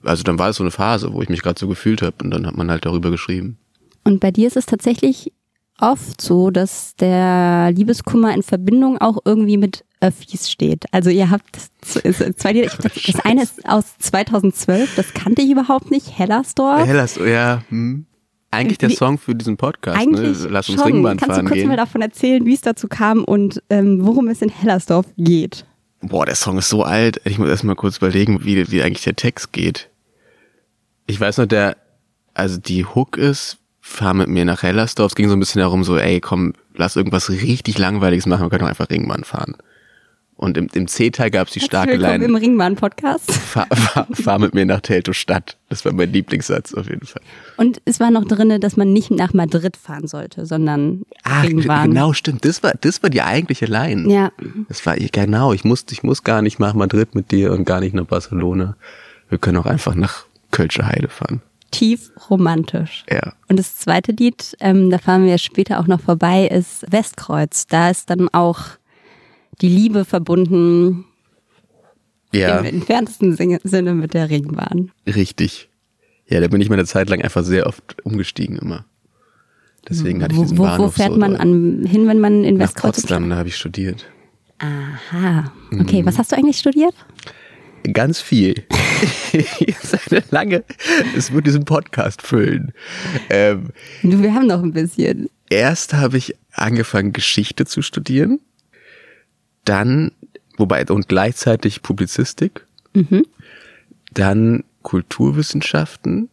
Speaker 3: Also dann war es so eine Phase, wo ich mich gerade so gefühlt habe und dann hat man halt darüber geschrieben.
Speaker 1: Und bei dir ist es tatsächlich oft so, dass der Liebeskummer in Verbindung auch irgendwie mit Öffis steht. Also ihr habt z- z- zwei Lieder. Ich, das, das eine ist aus 2012, das kannte ich überhaupt nicht, Hellersdorf.
Speaker 3: Hellas, ja. Hm. Eigentlich der
Speaker 1: Wie-
Speaker 3: Song für diesen Podcast,
Speaker 1: Eigentlich
Speaker 3: ne? Lass uns
Speaker 1: schon.
Speaker 3: Ringband
Speaker 1: Kannst du
Speaker 3: fahren
Speaker 1: kurz
Speaker 3: gehen.
Speaker 1: mal davon erzählen, wie es dazu kam und ähm, worum es in Hellersdorf geht?
Speaker 3: Boah, der Song ist so alt. Ich muss erst mal kurz überlegen, wie, wie eigentlich der Text geht. Ich weiß noch, der, also die Hook ist, fahr mit mir nach Hellersdorf. Es ging so ein bisschen darum, so, ey, komm, lass irgendwas richtig Langweiliges machen. Wir können doch einfach Ringbahn fahren. Und im, im C-Teil gab's die starke
Speaker 1: Herzlich willkommen im
Speaker 3: Line,
Speaker 1: Ringbahn-Podcast.
Speaker 3: fahr, fahr, fahr mit mir nach Teltow-Stadt. Das war mein Lieblingssatz auf jeden Fall.
Speaker 1: Und es war noch drinne, dass man nicht nach Madrid fahren sollte, sondern
Speaker 3: Ach,
Speaker 1: Ringbahn.
Speaker 3: genau, stimmt. Das war, das war die eigentliche Line.
Speaker 1: Ja.
Speaker 3: Das war, genau, ich muss, ich muss gar nicht nach Madrid mit dir und gar nicht nach Barcelona. Wir können auch einfach nach Kölsche Heide fahren.
Speaker 1: Tief romantisch.
Speaker 3: Ja.
Speaker 1: Und das zweite Lied, ähm, da fahren wir später auch noch vorbei, ist Westkreuz. Da ist dann auch die Liebe verbunden
Speaker 3: Ja,
Speaker 1: im entferntesten Sinne- Sinne mit der Ringbahn.
Speaker 3: richtig. Ja, da bin ich meine Zeit lang einfach sehr oft umgestiegen immer. Deswegen hatte ich
Speaker 1: Wo,
Speaker 3: diesen
Speaker 1: wo,
Speaker 3: Bahnhof
Speaker 1: wo fährt
Speaker 3: so
Speaker 1: man
Speaker 3: doll.
Speaker 1: an, hin, wenn man in
Speaker 3: Nach
Speaker 1: Westkreuz
Speaker 3: Potsdam, Mhm. da habe ich studiert.
Speaker 1: Aha. Okay, was hast du eigentlich studiert?
Speaker 3: Ganz viel. Jetzt eine lange. Es wird diesen Podcast füllen. Ähm,
Speaker 1: Du, wir haben noch ein bisschen.
Speaker 3: erst habe ich angefangen, Geschichte zu studieren. Dann, wobei, und gleichzeitig Publizistik.
Speaker 1: Mhm.
Speaker 3: Dann Kulturwissenschaften.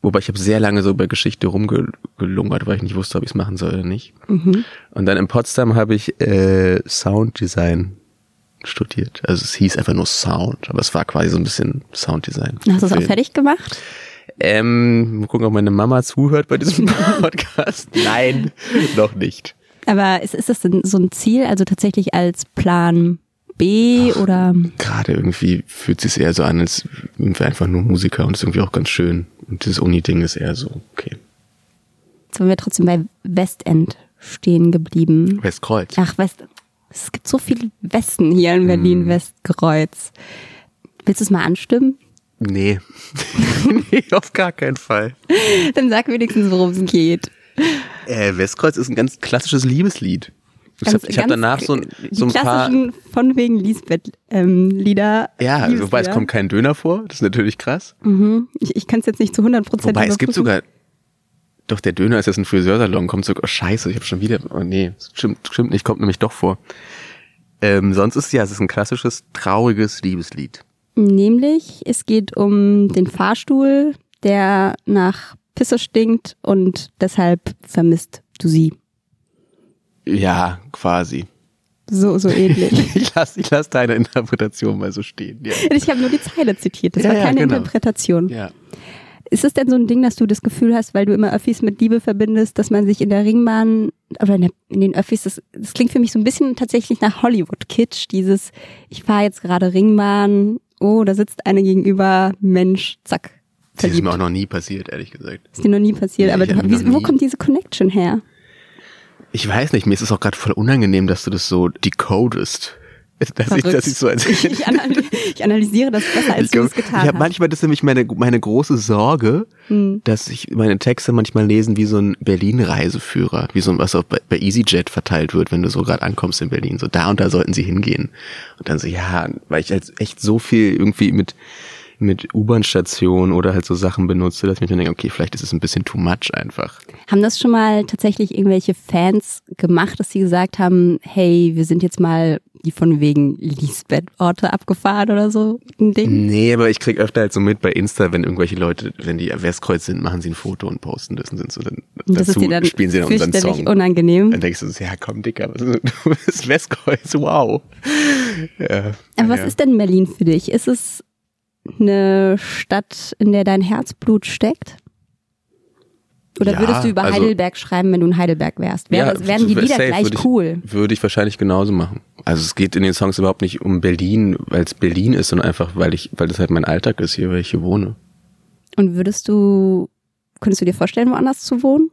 Speaker 3: Wobei ich habe sehr lange so bei Geschichte rumgelungert, weil ich nicht wusste, ob ich es machen soll oder nicht.
Speaker 1: Mhm.
Speaker 3: Und dann in Potsdam habe ich äh, Sounddesign studiert. Also es hieß einfach nur Sound, aber es war quasi so ein bisschen Sounddesign.
Speaker 1: Hast du es auch
Speaker 3: Film.
Speaker 1: fertig gemacht?
Speaker 3: Ähm, mal gucken, ob meine Mama zuhört bei diesem Podcast. Nein, noch nicht.
Speaker 1: Aber ist, ist das denn so ein Ziel, also tatsächlich als Plan B oder?
Speaker 3: Gerade irgendwie fühlt sich eher so an, als wären wir einfach nur Musiker und ist irgendwie auch ganz schön. Und dieses Uni-Ding ist eher so, okay.
Speaker 1: Jetzt waren wir trotzdem bei Westend stehen geblieben.
Speaker 3: Westkreuz.
Speaker 1: Ach, West. Es gibt so viele Westen hier in Berlin,
Speaker 3: Mhm.
Speaker 1: Westkreuz. Willst du es mal anstimmen?
Speaker 3: Nee. nee, auf gar keinen Fall.
Speaker 1: Dann sag wenigstens, worum es geht.
Speaker 3: Äh, Westkreuz ist ein ganz klassisches Liebeslied. Ich
Speaker 1: Ganz-
Speaker 3: habe hab
Speaker 1: ganz
Speaker 3: danach so, ein- so ein
Speaker 1: die
Speaker 3: paar.
Speaker 1: klassischen von wegen Lisbeth-Lieder.
Speaker 3: Ja, also, wobei es kommt kein Döner vor, das ist natürlich krass.
Speaker 1: Mhm. Ich, ich kann es jetzt nicht zu 100 Prozent
Speaker 3: Wobei es gibt sogar. Doch, der Döner ist jetzt ein Friseursalon, kommt sogar. Oh, scheiße, ich habe schon wieder. Oh nee, stimmt, stimmt nicht, kommt nämlich doch vor. Ähm, sonst ist ja, es ist ein klassisches, trauriges Liebeslied.
Speaker 1: Nämlich, es geht um den Fahrstuhl, der nach Pisse stinkt und deshalb vermisst du sie.
Speaker 3: Ja, quasi.
Speaker 1: So, so ähnlich.
Speaker 3: Ich lasse ich lass deine Interpretation mal so stehen. Ja.
Speaker 1: Ich habe nur die Zeile zitiert, das
Speaker 3: Ja,
Speaker 1: war
Speaker 3: ja,
Speaker 1: keine
Speaker 3: genau.
Speaker 1: Interpretation.
Speaker 3: ja.
Speaker 1: Ist es denn so ein Ding, dass du das Gefühl hast, weil du immer Öffis mit Liebe verbindest, dass man sich in der Ringbahn oder in, der, in den Öffis, das, das klingt für mich so ein bisschen tatsächlich nach Hollywood-Kitsch, dieses, ich fahre jetzt gerade Ringbahn, oh, da sitzt eine gegenüber, Mensch, zack,
Speaker 3: Das ist
Speaker 1: verliebt.
Speaker 3: mir auch noch nie passiert, ehrlich gesagt.
Speaker 1: Ist dir noch nie passiert,
Speaker 3: Nee,
Speaker 1: aber
Speaker 3: ich hab
Speaker 1: du,
Speaker 3: noch
Speaker 1: wie, wo
Speaker 3: nie-
Speaker 1: kommt diese Connection her?
Speaker 3: Ich weiß nicht, mir ist es auch gerade voll unangenehm, dass du das so decodest. dass, ich, dass ich so als
Speaker 1: ich, anal ich analysiere das besser, als
Speaker 3: ich
Speaker 1: du
Speaker 3: glaub,
Speaker 1: es getan
Speaker 3: ich habe
Speaker 1: hast. Hm.
Speaker 3: manchmal, das ist nämlich meine, meine große Sorge, dass ich meine Texte manchmal lesen wie so ein Berlin-Reiseführer, wie so ein, was auch bei, bei EasyJet verteilt wird, wenn du so gerade ankommst in Berlin. So da und da sollten sie hingehen. Und dann so, ja, weil ich halt echt so viel irgendwie mit, mit U-Bahn-Stationen oder halt so Sachen benutze, dass ich mir dann denke, okay, vielleicht ist es ein bisschen too much einfach.
Speaker 1: Haben das schon mal tatsächlich irgendwelche Fans gemacht, dass sie gesagt haben, hey, wir sind jetzt mal die von wegen Lisbeth-Orte abgefahren oder so ein Ding?
Speaker 3: Nee, aber ich krieg öfter halt so mit bei Insta, wenn irgendwelche Leute, wenn die am Westkreuz sind, machen sie ein Foto und posten das und sind so dann
Speaker 1: Und das ist
Speaker 3: dazu
Speaker 1: dir dann
Speaker 3: spielen sie dann unseren
Speaker 1: fürchterlich
Speaker 3: Song.
Speaker 1: unangenehm.
Speaker 3: Dann denkst du, so, ja komm Dicker, was ist- du bist Westkreuz, wow. Ja,
Speaker 1: Aber was
Speaker 3: ja.
Speaker 1: ist denn Berlin für dich? Ist es eine Stadt, in der dein Herzblut steckt? Oder
Speaker 3: Ja,
Speaker 1: würdest du über
Speaker 3: also-
Speaker 1: Heidelberg schreiben, wenn du in Heidelberg wärst? Wäre,
Speaker 3: Ja,
Speaker 1: wären die Lieder
Speaker 3: safe
Speaker 1: gleich
Speaker 3: würde ich,
Speaker 1: cool?
Speaker 3: Würde ich wahrscheinlich genauso machen. Also es geht in den Songs überhaupt nicht um Berlin, weil es Berlin ist, sondern einfach, weil ich, weil das halt mein Alltag ist hier, weil ich hier wohne.
Speaker 1: Und würdest du, könntest du dir vorstellen, woanders zu wohnen?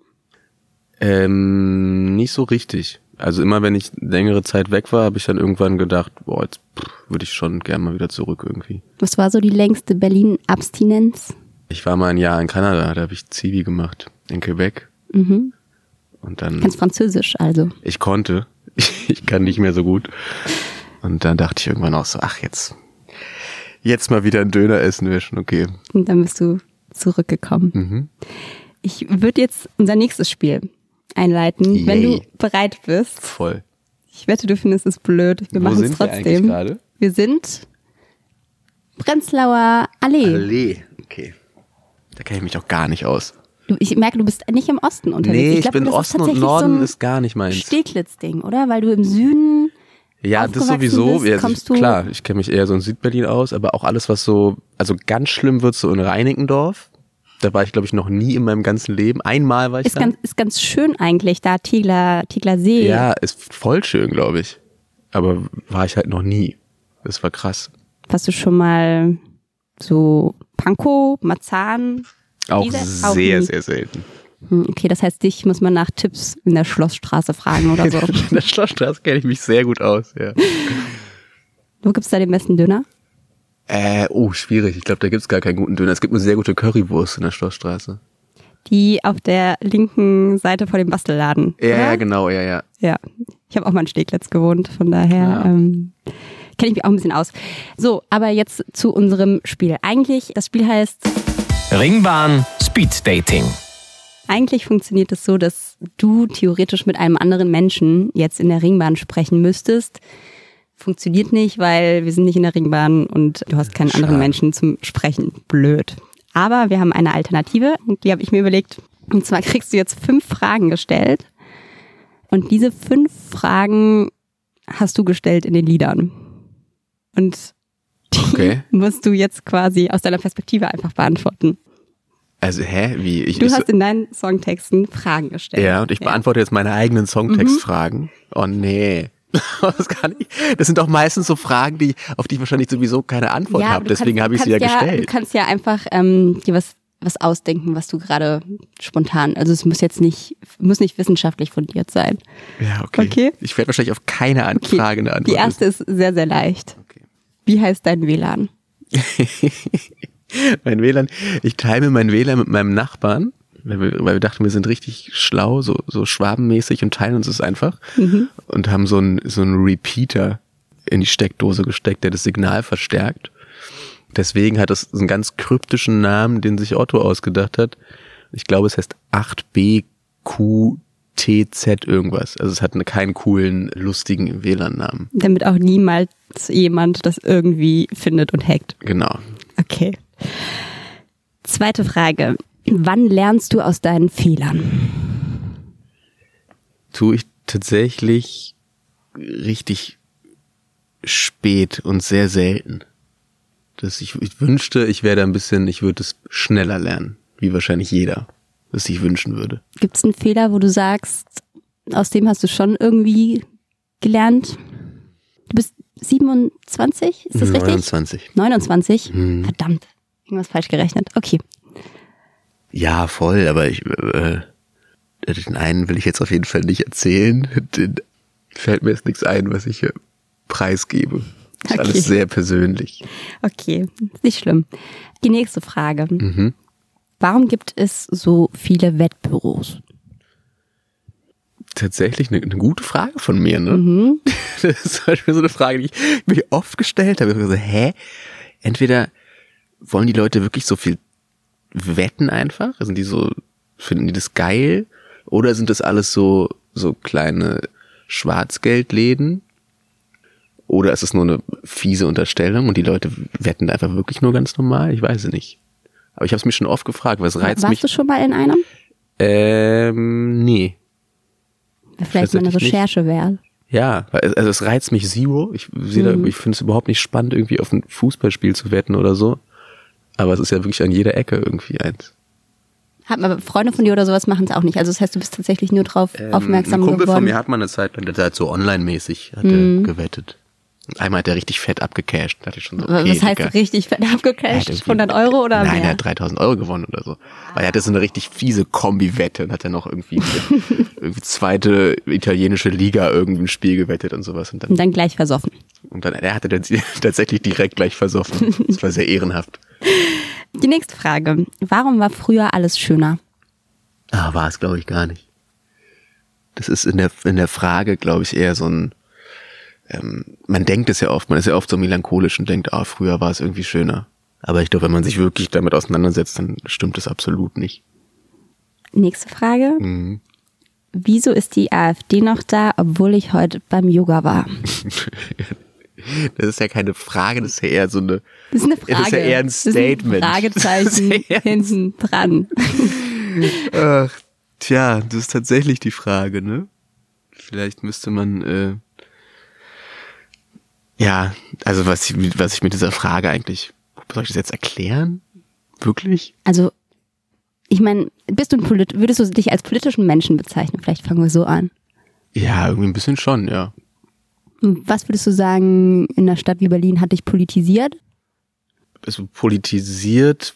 Speaker 3: Ähm, nicht so richtig. Also immer wenn ich längere Zeit weg war, habe ich dann irgendwann gedacht, boah, jetzt pff, würde ich schon gerne mal wieder zurück irgendwie.
Speaker 1: Was war so die längste Berlin-Abstinenz?
Speaker 3: Ich war mal ein Jahr in Kanada, da habe ich Zivi gemacht in Quebec.
Speaker 1: Mhm.
Speaker 3: Und dann
Speaker 1: Ganz französisch also.
Speaker 3: ich konnte, ich kann nicht mehr so gut. Und dann dachte ich irgendwann auch so, ach jetzt, jetzt mal wieder einen Döner essen wäre schon okay.
Speaker 1: Und dann bist du zurückgekommen.
Speaker 3: Mhm.
Speaker 1: Ich würde jetzt unser nächstes Spiel einleiten, wenn
Speaker 3: Yay.
Speaker 1: du bereit bist.
Speaker 3: Voll.
Speaker 1: Ich wette, du findest es blöd. Wir
Speaker 3: Wo
Speaker 1: machen
Speaker 3: sind
Speaker 1: es
Speaker 3: wir
Speaker 1: trotzdem.
Speaker 3: eigentlich gerade?
Speaker 1: Wir sind Prenzlauer Allee.
Speaker 3: Allee, okay. Da kenne ich mich auch gar nicht aus.
Speaker 1: Du, ich merke, du bist nicht im Osten unterwegs.
Speaker 3: Nee, ich,
Speaker 1: glaub,
Speaker 3: bin
Speaker 1: das
Speaker 3: Osten und
Speaker 1: tatsächlich
Speaker 3: Norden
Speaker 1: so ein
Speaker 3: ist gar nicht meins.
Speaker 1: Steglitz-Ding, oder? Weil du im Süden.
Speaker 3: Ja, das
Speaker 1: aufgewachsen
Speaker 3: sowieso.
Speaker 1: bist,
Speaker 3: ja, also
Speaker 1: kommst
Speaker 3: ich,
Speaker 1: du-
Speaker 3: klar, ich kenne mich eher so in Südberlin aus, aber auch alles, was so, also ganz schlimm wird so in Reinickendorf. Da war ich, glaube ich, noch nie in meinem ganzen Leben. Einmal war ich
Speaker 1: Ist
Speaker 3: da.
Speaker 1: ganz, ist ganz schön eigentlich, da Tegler, Tegler See.
Speaker 3: ja, ist voll schön, glaube ich. Aber war ich halt noch nie. Das war krass.
Speaker 1: Warst du schon mal so Pankow, Marzahn?
Speaker 3: Auch
Speaker 1: Diese- auch
Speaker 3: sehr,
Speaker 1: nie.
Speaker 3: sehr selten.
Speaker 1: Hm, okay, das heißt, dich muss man nach Tipps in der Schlossstraße fragen oder so.
Speaker 3: In Also der Schlossstraße kenne ich mich sehr gut aus, ja.
Speaker 1: Wo gibt's da den besten Döner?
Speaker 3: Äh, oh, schwierig. Ich glaube, da gibt's gar keinen guten Döner. Es gibt eine sehr gute Currywurst in der Schlossstraße.
Speaker 1: Die auf der linken Seite vor dem Bastelladen.
Speaker 3: Ja,
Speaker 1: oder?
Speaker 3: ja, genau, ja, ja.
Speaker 1: Ja, ich habe auch mal in Steglitz gewohnt, von daher
Speaker 3: Ja.
Speaker 1: ähm, kenne ich mich auch ein bisschen aus. So, aber jetzt zu unserem Spiel. Eigentlich, das Spiel heißt,
Speaker 2: Ringbahn Speed Dating.
Speaker 1: eigentlich funktioniert es so, dass du theoretisch mit einem anderen Menschen jetzt in der Ringbahn sprechen müsstest. Funktioniert nicht, weil wir sind nicht in der Ringbahn und du hast keinen anderen
Speaker 3: Schade.
Speaker 1: Menschen zum Sprechen. Blöd. Aber wir haben eine Alternative und die habe ich mir überlegt. Und zwar kriegst du jetzt fünf Fragen gestellt. Und diese fünf Fragen hast du gestellt in den Liedern. Und die
Speaker 3: Okay.
Speaker 1: musst du jetzt quasi aus deiner Perspektive einfach beantworten.
Speaker 3: Also, hä? Wie? Ich,
Speaker 1: Du
Speaker 3: ich,
Speaker 1: hast in deinen Songtexten Fragen gestellt.
Speaker 3: Ja, und ich beantworte jetzt meine eigenen Songtextfragen. Oh nee. Das, kann ich, das sind doch meistens so Fragen, die, auf die ich wahrscheinlich sowieso keine Antwort
Speaker 1: aber
Speaker 3: habe.
Speaker 1: du kannst-
Speaker 3: Deswegen habe ich sie ja,
Speaker 1: kannst Du
Speaker 3: gestellt.
Speaker 1: kannst ja einfach ähm, dir was, was ausdenken, was du gerade spontan. Also es muss jetzt nicht, muss nicht wissenschaftlich fundiert sein.
Speaker 3: Ja, okay.
Speaker 1: Okay.
Speaker 3: Ich werde wahrscheinlich auf keine An
Speaker 1: Okay,
Speaker 3: Frage eine Antwort.
Speaker 1: Die erste ist sehr, sehr leicht. Wie heißt dein WLAN?
Speaker 3: wissen. Mein WLAN, ich teile mir mein WLAN mit meinem Nachbarn, weil wir, weil wir dachten, wir sind richtig schlau, so, so schwabenmäßig und teilen uns es einfach. Und haben so einen, so einen Repeater in die Steckdose gesteckt, der das Signal verstärkt. Deswegen hat es einen ganz kryptischen Namen, den sich Otto ausgedacht hat. Ich glaube, es heißt 8BQTZ irgendwas. Also es hat einen- keinen coolen, lustigen WLAN-Namen.
Speaker 1: Damit auch niemals jemand das irgendwie findet und hackt.
Speaker 3: Genau.
Speaker 1: Okay. Zweite Frage. Wann lernst du aus deinen Fehlern?
Speaker 3: tue ich tatsächlich richtig spät und sehr selten. Das ich, ich wünschte, ich wäre da ein bisschen, ich würde es schneller lernen, wie wahrscheinlich jeder es sich wünschen würde.
Speaker 1: Gibt es einen Fehler, wo du sagst, aus dem hast du schon irgendwie gelernt? Du bist 27, ist das richtig?
Speaker 3: 29.
Speaker 1: 29?
Speaker 3: Mhm.
Speaker 1: Verdammt, irgendwas falsch gerechnet. Okay,
Speaker 3: Ja, voll, aber ich äh, den einen will ich jetzt auf jeden Fall nicht erzählen. Den fällt mir jetzt nichts ein, was ich äh, preisgebe. Ist
Speaker 1: Okay.
Speaker 3: alles sehr persönlich.
Speaker 1: Okay, nicht schlimm. Die nächste Frage.
Speaker 3: Mhm.
Speaker 1: Warum gibt es so viele Wettbüros?
Speaker 3: Tatsächlich eine, eine gute Frage von mir, ne?
Speaker 1: Mhm.
Speaker 3: Das ist zum Beispiel so eine Frage, die ich mir oft gestellt habe. Ich habe gesagt, hä? Entweder wollen die Leute wirklich so viel wetten einfach? Sind die so, finden die das geil? Oder sind das alles so, so kleine Schwarzgeldläden? Oder ist es nur eine fiese Unterstellung und die Leute wetten einfach wirklich nur ganz normal? Ich weiß es nicht. Aber ich habe es mich schon oft gefragt, was reizt
Speaker 1: Warst
Speaker 3: mich?
Speaker 1: du schon mal in einem?
Speaker 3: Ähm, nee.
Speaker 1: Wäre Vielleicht mal eine
Speaker 3: tatsächlich nicht.
Speaker 1: Recherche wäre.
Speaker 3: Ja, Mhm. weil es- also es reizt mich zero. Ich sehe da, ich finde es überhaupt nicht spannend, irgendwie auf ein Fußballspiel zu wetten oder so. Aber es ist ja wirklich an jeder Ecke irgendwie eins.
Speaker 1: Hat aber Freunde von dir oder sowas machen es auch nicht. Also das heißt, du bist tatsächlich nur drauf aufmerksam
Speaker 3: Ähm, Ein Kumpel
Speaker 1: geworden. Mhm.
Speaker 3: von mir hat mal eine Zeit lang, der hat halt so online-mäßig hat er gewettet. Einmal hat er richtig fett abgecasht. Da hatte ich schon so,
Speaker 1: Äh, Was
Speaker 3: okay,
Speaker 1: heißt
Speaker 3: Digga.
Speaker 1: richtig fett
Speaker 3: Er hat
Speaker 1: abgecasht?
Speaker 3: irgendwie-
Speaker 1: 100 Euro oder
Speaker 3: Nein, er
Speaker 1: mehr?
Speaker 3: hat 3000 Euro gewonnen oder so. Weil er hatte so eine richtig fiese Kombi-Wette und hat dann noch irgendwie, irgendwie zweite italienische Liga irgendein Spiel gewettet und sowas. Und dann
Speaker 1: Und dann gleich versoffen.
Speaker 3: Und dann, er hatte dann tatsächlich direkt gleich versoffen. Das war sehr ehrenhaft.
Speaker 1: Die nächste Frage. Warum war früher alles schöner?
Speaker 3: Ah, war es, glaube ich, gar nicht. Das ist in der, in der Frage, glaube ich, eher so ein, ähm, man denkt es ja oft, man ist ja oft so melancholisch und denkt, ah, früher war es irgendwie schöner. Aber ich glaube, wenn man sich wirklich damit auseinandersetzt, dann stimmt das absolut nicht.
Speaker 1: Nächste Frage.
Speaker 3: Mhm.
Speaker 1: Wieso ist die AfD noch da, obwohl ich heute beim Yoga war?
Speaker 3: Das ist ja keine Frage, das ist ja eher so eine,
Speaker 1: Das ist eine Frage.
Speaker 3: Das ist ja eher ein
Speaker 1: Das ist ein
Speaker 3: Statement.
Speaker 1: Fragezeichen
Speaker 3: Das ist eher-
Speaker 1: hinten dran.
Speaker 3: Ach, tja, das ist tatsächlich die Frage, ne? Vielleicht müsste man, äh, ja, also was ich, was ich mit dieser Frage eigentlich, soll ich das jetzt erklären? Wirklich?
Speaker 1: Also, ich meine, bist du ein Polit würdest du dich als politischen Menschen bezeichnen? Vielleicht fangen wir so an.
Speaker 3: Ja, irgendwie ein bisschen schon, ja.
Speaker 1: Was würdest du sagen, in einer Stadt wie Berlin hat dich politisiert?
Speaker 3: Also politisiert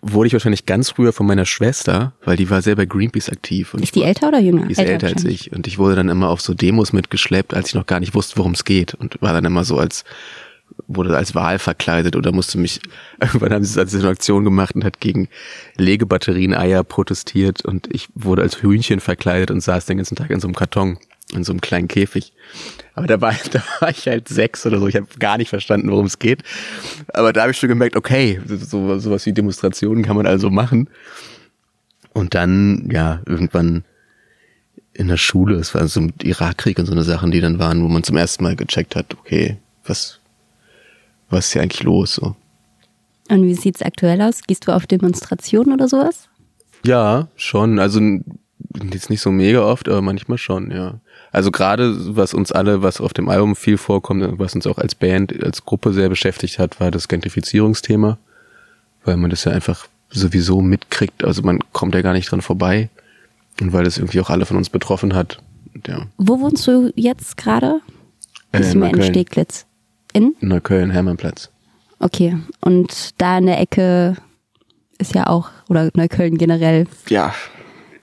Speaker 3: wurde ich wahrscheinlich ganz früher von meiner Schwester, weil die war sehr bei Greenpeace aktiv. Und ich
Speaker 1: Ist die älter oder jünger?
Speaker 3: Die ist älter als
Speaker 1: wahrscheinlich.
Speaker 3: ich. Und ich wurde dann immer auf so Demos mitgeschleppt, als ich noch gar nicht wusste, worum es geht. Und war dann immer so als, wurde als Wahl verkleidet oder musste mich, irgendwann haben sie also eine Aktion gemacht und hat gegen Legebatterien-Eier protestiert und ich wurde als Hühnchen verkleidet und saß den ganzen Tag in so einem Karton, in so einem kleinen Käfig. Aber da war, da war ich halt sechs oder so. Ich habe gar nicht verstanden, worum es geht. Aber da habe ich schon gemerkt, okay, so, sowas wie Demonstrationen kann man also machen. Und dann, ja, irgendwann in der Schule, es war so ein Irakkrieg und so eine Sachen, die dann waren, wo man zum ersten Mal gecheckt hat, okay, was, was ist hier eigentlich los? So.
Speaker 1: Und wie sieht's aktuell aus? Gehst du auf Demonstrationen oder sowas?
Speaker 3: Ja, schon. Also n- jetzt nicht so mega oft, aber manchmal schon, ja. Also gerade was uns alle, was auf dem Album viel vorkommt, was uns auch als Band, als Gruppe sehr beschäftigt hat, war das Gentrifizierungsthema, weil man das ja einfach sowieso mitkriegt. Also man kommt ja gar nicht dran vorbei und weil das irgendwie auch alle von uns betroffen hat. Und Ja.
Speaker 1: Wo wohnst du jetzt gerade?
Speaker 3: Äh,
Speaker 1: Nicht mehr in
Speaker 3: Neukölln.
Speaker 1: Steglitz. In?
Speaker 3: In Neukölln, Hermannplatz.
Speaker 1: Okay. Und da in der Ecke ist ja auch, oder Neukölln generell,
Speaker 3: Ja,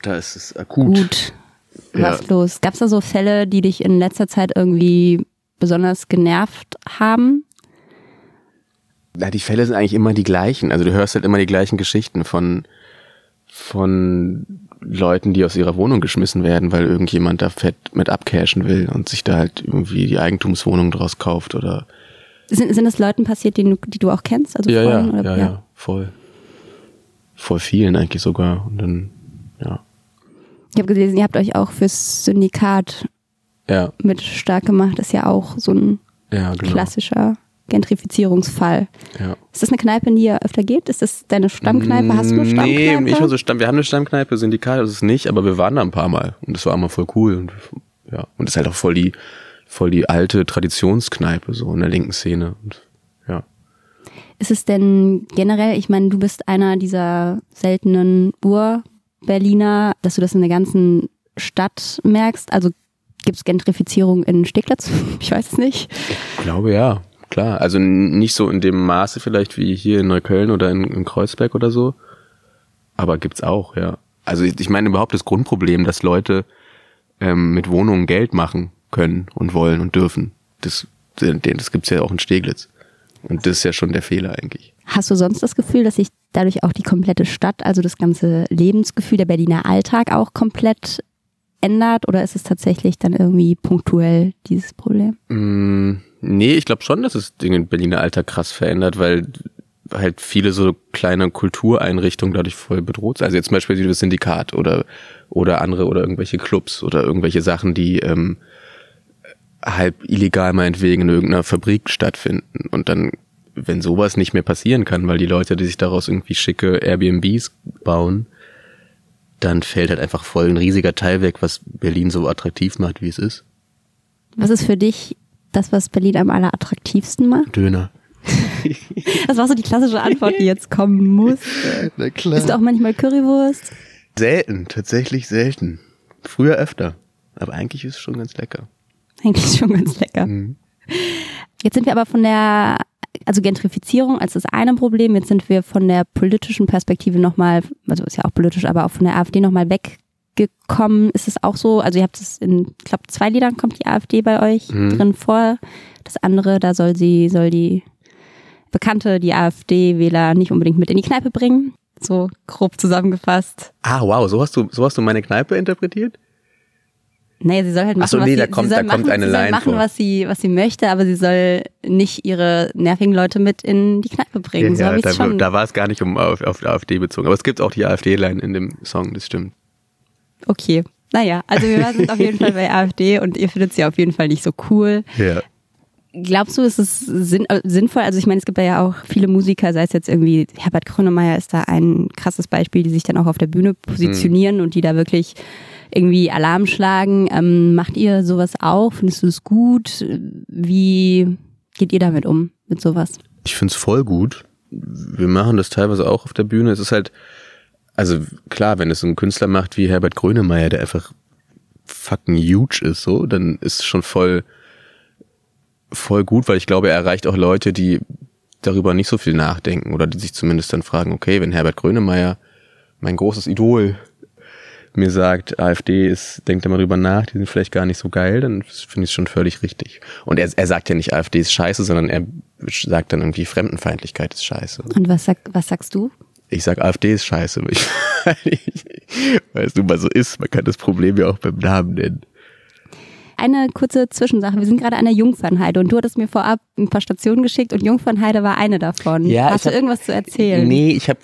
Speaker 3: da ist es akut.
Speaker 1: gut.
Speaker 3: Ja.
Speaker 1: Was los? Gab's da so Fälle, die dich in letzter Zeit irgendwie besonders genervt haben?
Speaker 3: Na, die Fälle sind eigentlich immer die gleichen. Also du hörst halt immer die gleichen Geschichten von, von Leuten, die aus ihrer Wohnung geschmissen werden, weil irgendjemand da fett mit abcashen will und sich da halt irgendwie die Eigentumswohnung draus kauft oder.
Speaker 1: Sind, sind das Leuten passiert, die du, die du auch kennst? Also Freunden oder,
Speaker 3: voll. Voll vielen eigentlich sogar. Und dann, ja.
Speaker 1: Ich habe gelesen, ihr habt euch auch fürs Syndikat
Speaker 3: Ja,
Speaker 1: mit stark gemacht. Ist ja auch so ein
Speaker 3: ja, genau.
Speaker 1: klassischer Gentrifizierungsfall.
Speaker 3: Ja.
Speaker 1: Ist das eine Kneipe, in die ihr öfter geht? Ist das deine Stammkneipe? Hast du eine Stammkneipe?
Speaker 3: Mm, Nee, ich war so Stamm, wir haben eine Stammkneipe, Syndikat ist es nicht, aber wir waren da ein paar Mal und das war immer voll cool und ja, und das ist halt auch voll die voll die alte Traditionskneipe so in der linken Szene und ja.
Speaker 1: Ist es denn generell, ich meine, du bist einer dieser seltenen Ur-Berliner, dass du das in der ganzen Stadt merkst? Also gibt es Gentrifizierung in Steglitz? Ich weiß es nicht.
Speaker 3: Ich glaube ja, klar, also n- nicht so in dem Maße vielleicht wie hier in Neukölln oder in, in Kreuzberg oder so, aber gibt's auch, ja. Also ich, ich meine überhaupt das Grundproblem, dass Leute ähm, mit Wohnungen Geld machen können und wollen und dürfen. Das den- das gibt's ja auch in Steglitz. Und das ist ja schon der Fehler eigentlich.
Speaker 1: Hast du sonst das Gefühl, dass sich dadurch auch die komplette Stadt, also das ganze Lebensgefühl, der Berliner Alltag auch komplett ändert? Oder ist es tatsächlich dann irgendwie punktuell dieses Problem?
Speaker 3: Mm, Nee, ich glaube schon, dass es den Berliner Alltag krass verändert, weil halt viele so kleine Kultureinrichtungen dadurch voll bedroht sind. Also jetzt zum Beispiel das Syndikat oder, oder andere oder irgendwelche Clubs oder irgendwelche Sachen, die ähm, halb illegal meinetwegen in irgendeiner Fabrik stattfinden. Und dann, wenn sowas nicht mehr passieren kann, weil die Leute, die sich daraus irgendwie schicke Airbnbs bauen, dann fällt halt einfach voll ein riesiger Teil weg, was Berlin so attraktiv macht, wie es ist.
Speaker 1: Was ist für dich das, was Berlin am allerattraktivsten macht?
Speaker 3: Döner.
Speaker 1: Das war so die klassische Antwort, die jetzt kommen muss.
Speaker 3: Na klar.
Speaker 1: Ist auch manchmal Currywurst.
Speaker 3: Selten, tatsächlich selten. Früher öfter. Aber eigentlich ist es schon ganz lecker.
Speaker 1: Eigentlich schon ganz lecker. Jetzt sind wir aber von der, also Gentrifizierung als das eine Problem, jetzt sind wir von der politischen Perspektive nochmal, also ist ja auch politisch, aber auch von der AfD nochmal weggekommen. Ist es auch so, also ihr habt es in, ich glaube, zwei Liedern kommt die AfD bei euch drin vor. Das andere, da soll sie, soll die Bekannte, die AfD-Wähler nicht unbedingt mit in die Kneipe bringen. So grob zusammengefasst.
Speaker 3: Ah, wow, so hast du, so hast du meine Kneipe interpretiert?
Speaker 1: Naja, sie soll halt machen,
Speaker 3: Ach so,
Speaker 1: was
Speaker 3: nee,
Speaker 1: sie,
Speaker 3: da kommt-
Speaker 1: sie soll
Speaker 3: da
Speaker 1: machen,
Speaker 3: kommt eine
Speaker 1: sie soll
Speaker 3: Line
Speaker 1: machen
Speaker 3: vor.
Speaker 1: was sie was sie möchte, aber sie soll nicht ihre nervigen Leute mit in die Kneipe bringen. so
Speaker 3: ja,
Speaker 1: hab ich's
Speaker 3: da,
Speaker 1: schon.
Speaker 3: da war es gar nicht um auf, auf die AfD bezogen. Aber es gibt auch die AfD-Line in dem Song, das stimmt.
Speaker 1: Okay. Naja, also wir sind auf jeden Fall bei AfD und ihr findet sie auf jeden Fall nicht so cool.
Speaker 3: Ja.
Speaker 1: Glaubst du, ist es sinn, äh, sinnvoll? Also ich meine, es gibt da ja auch viele Musiker, sei es jetzt irgendwie Herbert Grönemeyer ist da ein krasses Beispiel, die sich dann auch auf der Bühne positionieren
Speaker 3: Hm.
Speaker 1: und die da wirklich irgendwie Alarm schlagen. Ähm, macht ihr sowas auch? Findest du es gut? Wie geht ihr damit um, mit sowas?
Speaker 3: Ich find's voll gut. Wir machen das teilweise auch auf der Bühne. Es ist halt, also klar, wenn es ein Künstler macht wie Herbert Grönemeyer, der einfach fucking huge ist, so, dann ist es schon voll, voll gut, weil ich glaube, er erreicht auch Leute, die darüber nicht so viel nachdenken oder die sich zumindest dann fragen, okay, wenn Herbert Grönemeyer, mein großes Idol, mir sagt, AfD ist, denkt da mal drüber nach, die sind vielleicht gar nicht so geil, dann finde ich es schon völlig richtig. Und er, er sagt ja nicht, AfD ist scheiße, sondern er sagt dann irgendwie, Fremdenfeindlichkeit ist scheiße.
Speaker 1: Und was, sag, was sagst du?
Speaker 3: Ich sag AfD ist scheiße, weil ich, weil es nun mal so ist. Man kann das Problem ja auch beim Namen nennen.
Speaker 1: Eine kurze Zwischensache. Wir sind gerade an der Jungfernheide und du hattest mir vorab ein paar Stationen geschickt und Jungfernheide war eine davon.
Speaker 3: Ja,
Speaker 1: Hast
Speaker 3: ich
Speaker 1: du
Speaker 3: hab-
Speaker 1: irgendwas zu erzählen?
Speaker 3: Nee, ich habe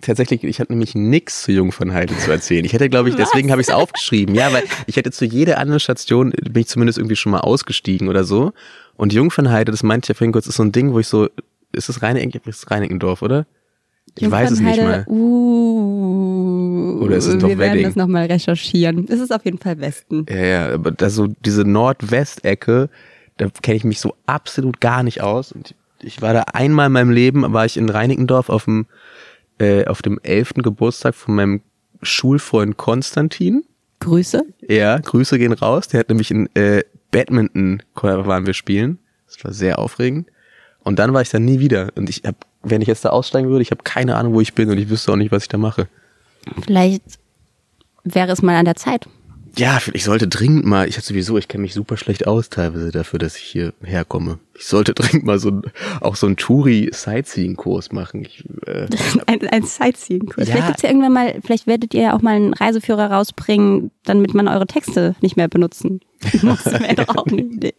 Speaker 3: tatsächlich, ich habe nämlich nichts zu Jung von Heide zu erzählen. Ich hätte, glaube ich, deswegen habe ich es aufgeschrieben. Ja, weil ich hätte zu jeder anderen Station, bin ich zumindest irgendwie schon mal ausgestiegen oder so. Und Jung von Heide, das meinte ich ja vorhin kurz, ist so ein Ding, wo ich so, ist das Reinecken, ist das Reinickendorf, oder? Ich weiß es nicht
Speaker 1: Jungfernheide,
Speaker 3: mehr.
Speaker 1: Uh,
Speaker 3: Oder ist es doch
Speaker 1: Wir werden
Speaker 3: Wedding?
Speaker 1: das nochmal recherchieren. Es ist auf jeden Fall Westen.
Speaker 3: Ja, ja, aber da so diese Nordwestecke, da kenne ich mich so absolut gar nicht aus. Und ich war da einmal in meinem Leben, war ich in Reinickendorf auf dem, äh, auf dem 11. Geburtstag von meinem Schulfreund Konstantin.
Speaker 1: Grüße.
Speaker 3: Ja, Grüße gehen raus. Der hat nämlich in äh, Badminton waren wir spielen. Das war sehr aufregend. Und dann war ich da nie wieder. Und ich habe, wenn ich jetzt da aussteigen würde, ich habe keine Ahnung, wo ich bin und ich wüsste auch nicht, was ich da mache.
Speaker 1: Vielleicht wäre es mal an der Zeit.
Speaker 3: Ja, ich sollte dringend mal, ich hab sowieso, ich kenne mich super schlecht aus teilweise dafür, dass ich hier herkomme. Ich sollte dringend mal so ein, auch so einen Touri-Sightseeing-Kurs machen. Ich, äh,
Speaker 1: Ein, ein Sightseeing-Kurs.
Speaker 3: Ja.
Speaker 1: Vielleicht gibt's ja irgendwann mal, vielleicht werdet ihr ja auch mal einen Reiseführer rausbringen, damit man eure Texte nicht mehr benutzen muss. Wäre doch auch eine Idee.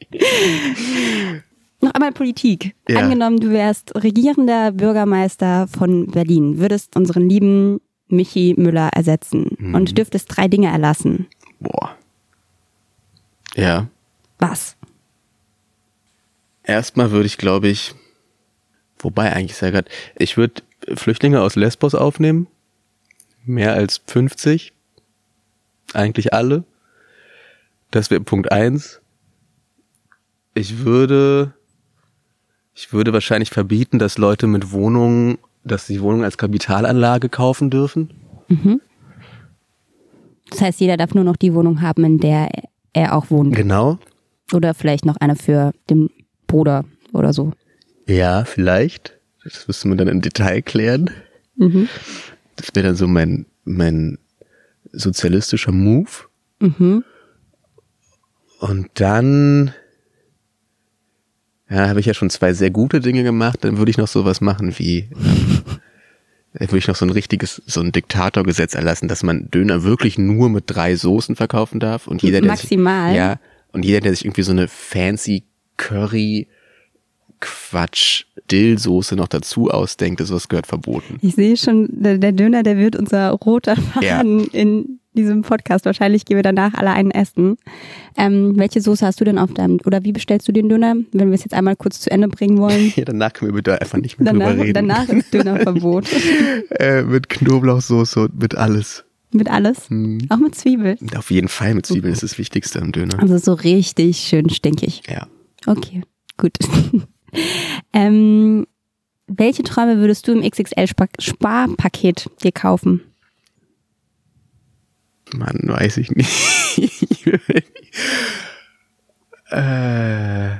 Speaker 1: Noch einmal Politik.
Speaker 3: Ja.
Speaker 1: Angenommen, du wärst regierender Bürgermeister von Berlin, würdest unseren lieben Michi Müller ersetzen
Speaker 3: Mhm.
Speaker 1: und dürftest drei Dinge erlassen.
Speaker 3: boah. Ja.
Speaker 1: Was?
Speaker 3: Erstmal würde ich, glaube ich, wobei eigentlich sehr grad, ich würde Flüchtlinge aus Lesbos aufnehmen. Mehr als 50. Eigentlich alle. Das wäre Punkt eins. Ich würde, ich würde wahrscheinlich verbieten, dass Leute mit Wohnungen, dass sie Wohnungen als Kapitalanlage kaufen dürfen.
Speaker 1: Das heißt, jeder darf nur noch die Wohnung haben, in der er auch wohnt.
Speaker 3: Genau.
Speaker 1: Oder vielleicht noch eine für den Bruder oder so.
Speaker 3: Ja, vielleicht. Das müssen wir dann im Detail klären. Das wäre dann so mein, mein sozialistischer Move. Und dann, Ja, habe ich ja schon zwei sehr gute Dinge gemacht. Dann würde ich noch sowas machen wie, ähm, dann würde ich noch so ein richtiges, so ein Diktatorgesetz erlassen, dass man Döner wirklich nur mit drei Soßen verkaufen darf und jeder, der
Speaker 1: Maximal.
Speaker 3: Sich, ja, und jeder, der sich irgendwie so eine fancy Curry Quatsch Dillsoße noch dazu ausdenkt, ist was gehört verboten.
Speaker 1: Ich sehe schon, der, der Döner, der wird unser roter Faden in diesem Podcast. Wahrscheinlich gehen wir danach alle einen essen. Ähm, welche Soße hast du denn auf deinem, oder wie bestellst du den Döner, wenn wir es jetzt einmal kurz zu Ende bringen wollen?
Speaker 3: Ja, danach können wir bitte einfach nicht mehr
Speaker 1: Hm. Danach,
Speaker 3: drüber reden.
Speaker 1: danach ist Dönerverbot.
Speaker 3: Äh, mit Knoblauchsoße und mit alles.
Speaker 1: mit alles.
Speaker 3: Hm.
Speaker 1: Auch mit Zwiebel.
Speaker 3: Auf jeden Fall mit Zwiebeln ist das Wichtigste am Döner.
Speaker 1: Also so richtig schön stinkig.
Speaker 3: Ja.
Speaker 1: Okay, gut. ähm, welche Träume würdest du im XXL-Sparpaket dir kaufen?
Speaker 3: Mann, weiß ich nicht. äh,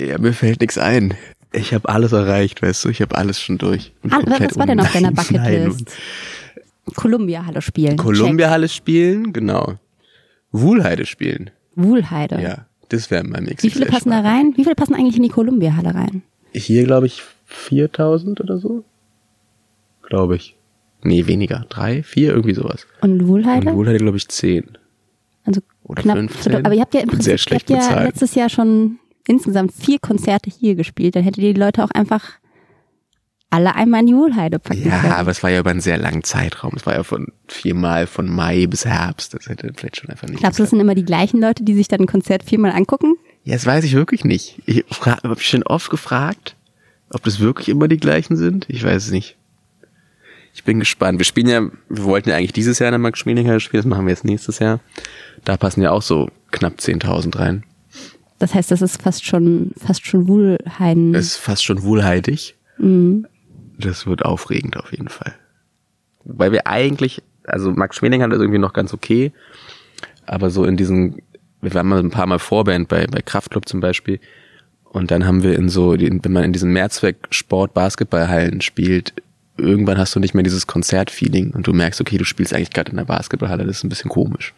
Speaker 3: ja, mir fällt nichts ein. Ich habe alles erreicht, weißt du. Ich habe alles schon durch. Und
Speaker 1: Ah,
Speaker 3: halt komplett
Speaker 1: was war denn auf
Speaker 3: ohne-
Speaker 1: deiner
Speaker 3: Nein,
Speaker 1: Bucketlist? Columbia-Halle spielen.
Speaker 3: Columbia-Halle spielen, genau. Wuhlheide spielen,
Speaker 1: Check. Wuhlheide.
Speaker 3: ja. Äh, Das wäre mein Mix.
Speaker 1: Wie viele passen da rein? Wie viele passen eigentlich in die Columbia-Halle rein?
Speaker 3: Hier, glaube ich, 4000 oder so. Glaube ich. Nee, weniger. Drei, vier, irgendwie sowas.
Speaker 1: Und Wuhlheide?
Speaker 3: Und Wuhlheide, glaube ich, zehn.
Speaker 1: also
Speaker 3: Oder
Speaker 1: knapp.
Speaker 3: 15?
Speaker 1: Aber ihr habt ja im
Speaker 3: Sehr
Speaker 1: Prinzip ihr
Speaker 3: schlecht
Speaker 1: habt ja
Speaker 3: bezahlt.
Speaker 1: letztes Jahr schon insgesamt vier Konzerte hier gespielt. Dann hättet ihr die Leute auch einfach alle einmal in die Wuhlheide packen
Speaker 3: Ja,
Speaker 1: können.
Speaker 3: aber es war ja über einen sehr langen Zeitraum. Es war ja von viermal von Mai bis Herbst. Das hätte vielleicht schon einfach nicht.
Speaker 1: Glaubst du, das sind immer die gleichen Leute, die sich dann ein Konzert viermal angucken?
Speaker 3: Ja, das weiß ich wirklich nicht. Ich habe mich schon oft gefragt, ob das wirklich immer die gleichen sind. Ich weiß es nicht. Ich bin gespannt. Wir spielen ja, wir wollten ja eigentlich dieses Jahr in der Max Schmeling spielen. Das machen wir jetzt nächstes Jahr. Da passen ja auch so knapp 10.000 rein.
Speaker 1: Das heißt, das ist fast schon, fast schon Wuhlheiden.
Speaker 3: Das ist fast schon wohlheitig.
Speaker 1: Mhm.
Speaker 3: Das wird aufregend auf jeden Fall. Weil wir eigentlich, also Max Schmeling hat das irgendwie noch ganz okay, aber so in diesen, wir waren mal ein paar Mal Vorband bei, bei Kraftclub zum Beispiel. Und dann haben wir in so, den- wenn man in diesen Mehrzweck Sport Basketballhallen spielt, irgendwann hast du nicht mehr dieses Konzertfeeling und du merkst, okay, du spielst eigentlich gerade in der Basketballhalle, das ist ein bisschen komisch.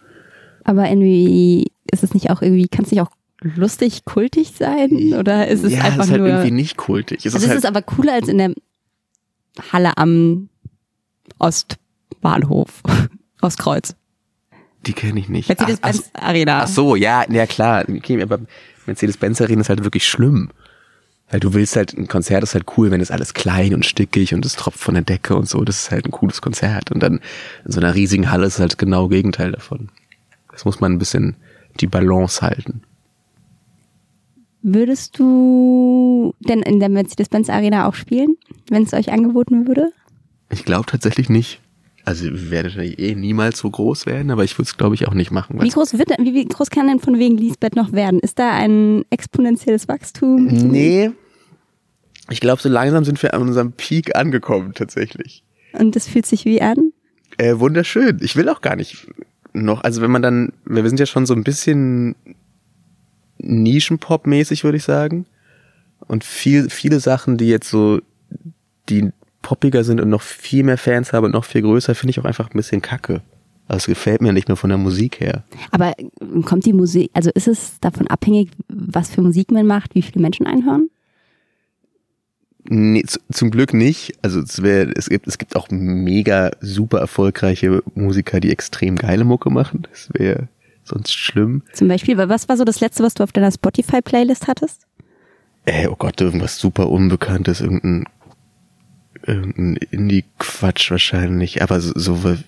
Speaker 1: Aber irgendwie ist es nicht auch irgendwie, kann es nicht auch lustig, kultig sein? Oder ist es
Speaker 3: ja,
Speaker 1: einfach
Speaker 3: es ist halt
Speaker 1: nur.
Speaker 3: irgendwie nicht kultig. Es
Speaker 1: also
Speaker 3: ist
Speaker 1: es
Speaker 3: halt,
Speaker 1: ist aber cooler als in der Halle am Ostbahnhof. Ostkreuz.
Speaker 3: die kenne ich nicht. Ach, ach,
Speaker 1: Mercedes-Benz Arena.
Speaker 3: Ach so, ja, na ja klar. Okay, aber Mercedes-Benz Arena ist halt wirklich schlimm. Weil du willst halt, ein Konzert ist halt cool, wenn es alles klein und stickig und es tropft von der Decke und so. Das ist halt ein cooles Konzert. Und dann in so einer riesigen Halle ist halt genau Gegenteil davon. Das muss man ein bisschen die Balance halten.
Speaker 1: Würdest du denn in der Mercedes-Benz Arena auch spielen, wenn es euch angeboten würde?
Speaker 3: Ich glaube tatsächlich nicht. Also wir werden wahrscheinlich eh niemals so groß werden, aber ich würde es glaube ich auch nicht machen.
Speaker 1: Wie
Speaker 3: weil's-
Speaker 1: groß, wird, denn- wie wie groß kann denn von wegen Lisbeth noch werden? Ist da ein exponentielles Wachstum?
Speaker 3: Nee. Ich glaube, so langsam sind wir an unserem Peak angekommen tatsächlich.
Speaker 1: Und das fühlt sich wie an?
Speaker 3: Äh, wunderschön. Ich will auch gar nicht noch, also wenn man dann, wir sind ja schon so ein bisschen Nischenpop-mäßig, würde ich sagen. Und viel, viele Sachen, die jetzt so, die poppiger sind und noch viel mehr Fans haben und noch viel größer, finde ich auch einfach ein bisschen kacke. Also es gefällt mir nicht mehr von der Musik her.
Speaker 1: Aber äh, kommt die Musik, also ist es davon abhängig, was für Musik man macht, wie viele Menschen einhören?
Speaker 3: Nee, zu, zum Glück nicht. Also es, wär, es, gibt, es gibt auch mega super erfolgreiche Musiker, die extrem geile Mucke machen. Das wäre sonst schlimm.
Speaker 1: Zum Beispiel, weil was war so das letzte, was du auf deiner Spotify-Playlist hattest?
Speaker 3: ey, oh Gott, irgendwas super Unbekanntes, irgendein, irgendein Indie-Quatsch wahrscheinlich, aber so, so was-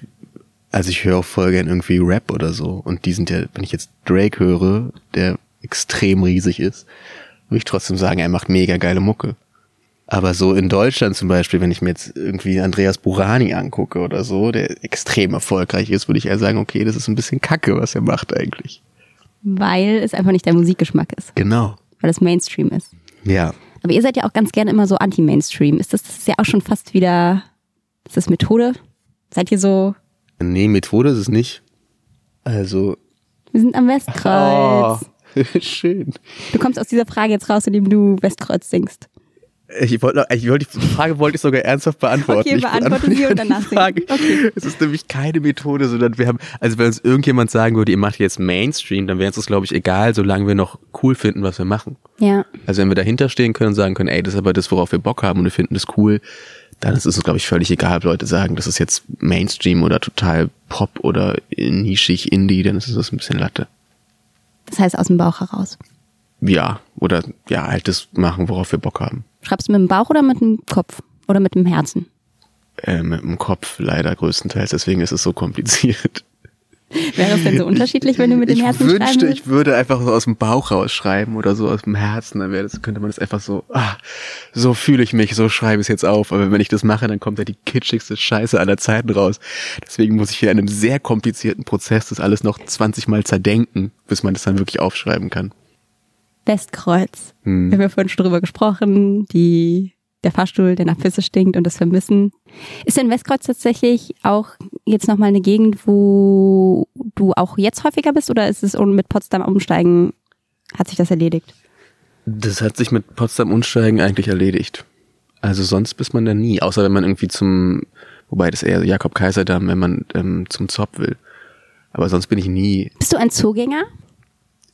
Speaker 3: also ich höre auch voll gern irgendwie Rap oder so und die sind ja, wenn ich jetzt Drake höre, der extrem riesig ist, würde ich trotzdem sagen, er macht mega geile Mucke. Aber so in Deutschland zum Beispiel, wenn ich mir jetzt irgendwie Andreas Burani angucke oder so, der extrem erfolgreich ist, würde ich eher sagen, okay, das ist ein bisschen Kacke, was er macht eigentlich.
Speaker 1: Weil es einfach nicht dein Musikgeschmack ist,
Speaker 3: Genau.
Speaker 1: weil es Mainstream ist.
Speaker 3: Ja.
Speaker 1: Aber ihr seid ja auch ganz gerne immer so anti-Mainstream. Ist das, das ist ja auch schon fast wieder, ist das Methode? Seid ihr so,
Speaker 3: Nee, Methode ist es nicht. Also,
Speaker 1: wir sind am Westkreuz.
Speaker 3: Oh, schön.
Speaker 1: Du kommst aus dieser Frage jetzt raus, indem du Westkreuz singst.
Speaker 3: Ich wollte, noch- ich wollte die Frage wollte ich sogar ernsthaft beantworten.
Speaker 1: Okay,
Speaker 3: Ich
Speaker 1: beantworte
Speaker 3: beantworte
Speaker 1: sie und danach
Speaker 3: die Frage.
Speaker 1: singen. Okay.
Speaker 3: Es ist nämlich keine Methode, sondern wir haben, also wenn uns irgendjemand sagen würde, ihr macht jetzt Mainstream, dann wäre uns das glaube ich egal, solange wir noch cool finden, was wir machen.
Speaker 1: Ja.
Speaker 3: Also wenn wir dahinter stehen können und sagen können, ey, das ist aber das, worauf wir Bock haben und wir finden das cool, dann ist es uns glaube ich völlig egal, ob Leute sagen, das ist jetzt Mainstream oder total Pop oder nischig Indie, dann ist es das ein bisschen Latte.
Speaker 1: Das heißt aus dem Bauch heraus.
Speaker 3: Ja, oder ja, halt das machen, worauf wir Bock haben.
Speaker 1: Schreibst du mit dem Bauch oder mit dem Kopf? Oder mit dem Herzen?
Speaker 3: Äh, mit dem Kopf leider größtenteils, deswegen ist es so kompliziert.
Speaker 1: Wäre es denn so unterschiedlich, wenn du mit dem
Speaker 3: ich
Speaker 1: Herzen schreiben
Speaker 3: wünschte,
Speaker 1: würdest?
Speaker 3: ich würde einfach so aus dem Bauch rausschreiben oder so aus dem Herzen, dann wäre das, könnte man das einfach so, ah, so fühle ich mich, so schreibe ich es jetzt auf. Aber wenn ich das mache, dann kommt ja die kitschigste Scheiße aller Zeiten raus. Deswegen muss ich hier in einem sehr komplizierten Prozess das alles noch 20 Mal zerdenken, bis man das dann wirklich aufschreiben kann.
Speaker 1: Westkreuz.
Speaker 3: Hm.
Speaker 1: Wir haben ja vorhin schon drüber gesprochen, die, der Fahrstuhl, der nach Pisse stinkt und das Vermissen. Ist denn Westkreuz tatsächlich auch jetzt nochmal eine Gegend, wo du auch jetzt häufiger bist oder ist es un- mit Potsdam umsteigen, hat sich das erledigt?
Speaker 3: Das hat sich mit Potsdam Unsteigen eigentlich erledigt. Also sonst bist man da nie, außer wenn man irgendwie zum, wobei das eher Jakob Kaiserdamm, wenn man ähm, zum Zopp will. Aber sonst bin ich nie.
Speaker 1: Bist du ein Zugänger?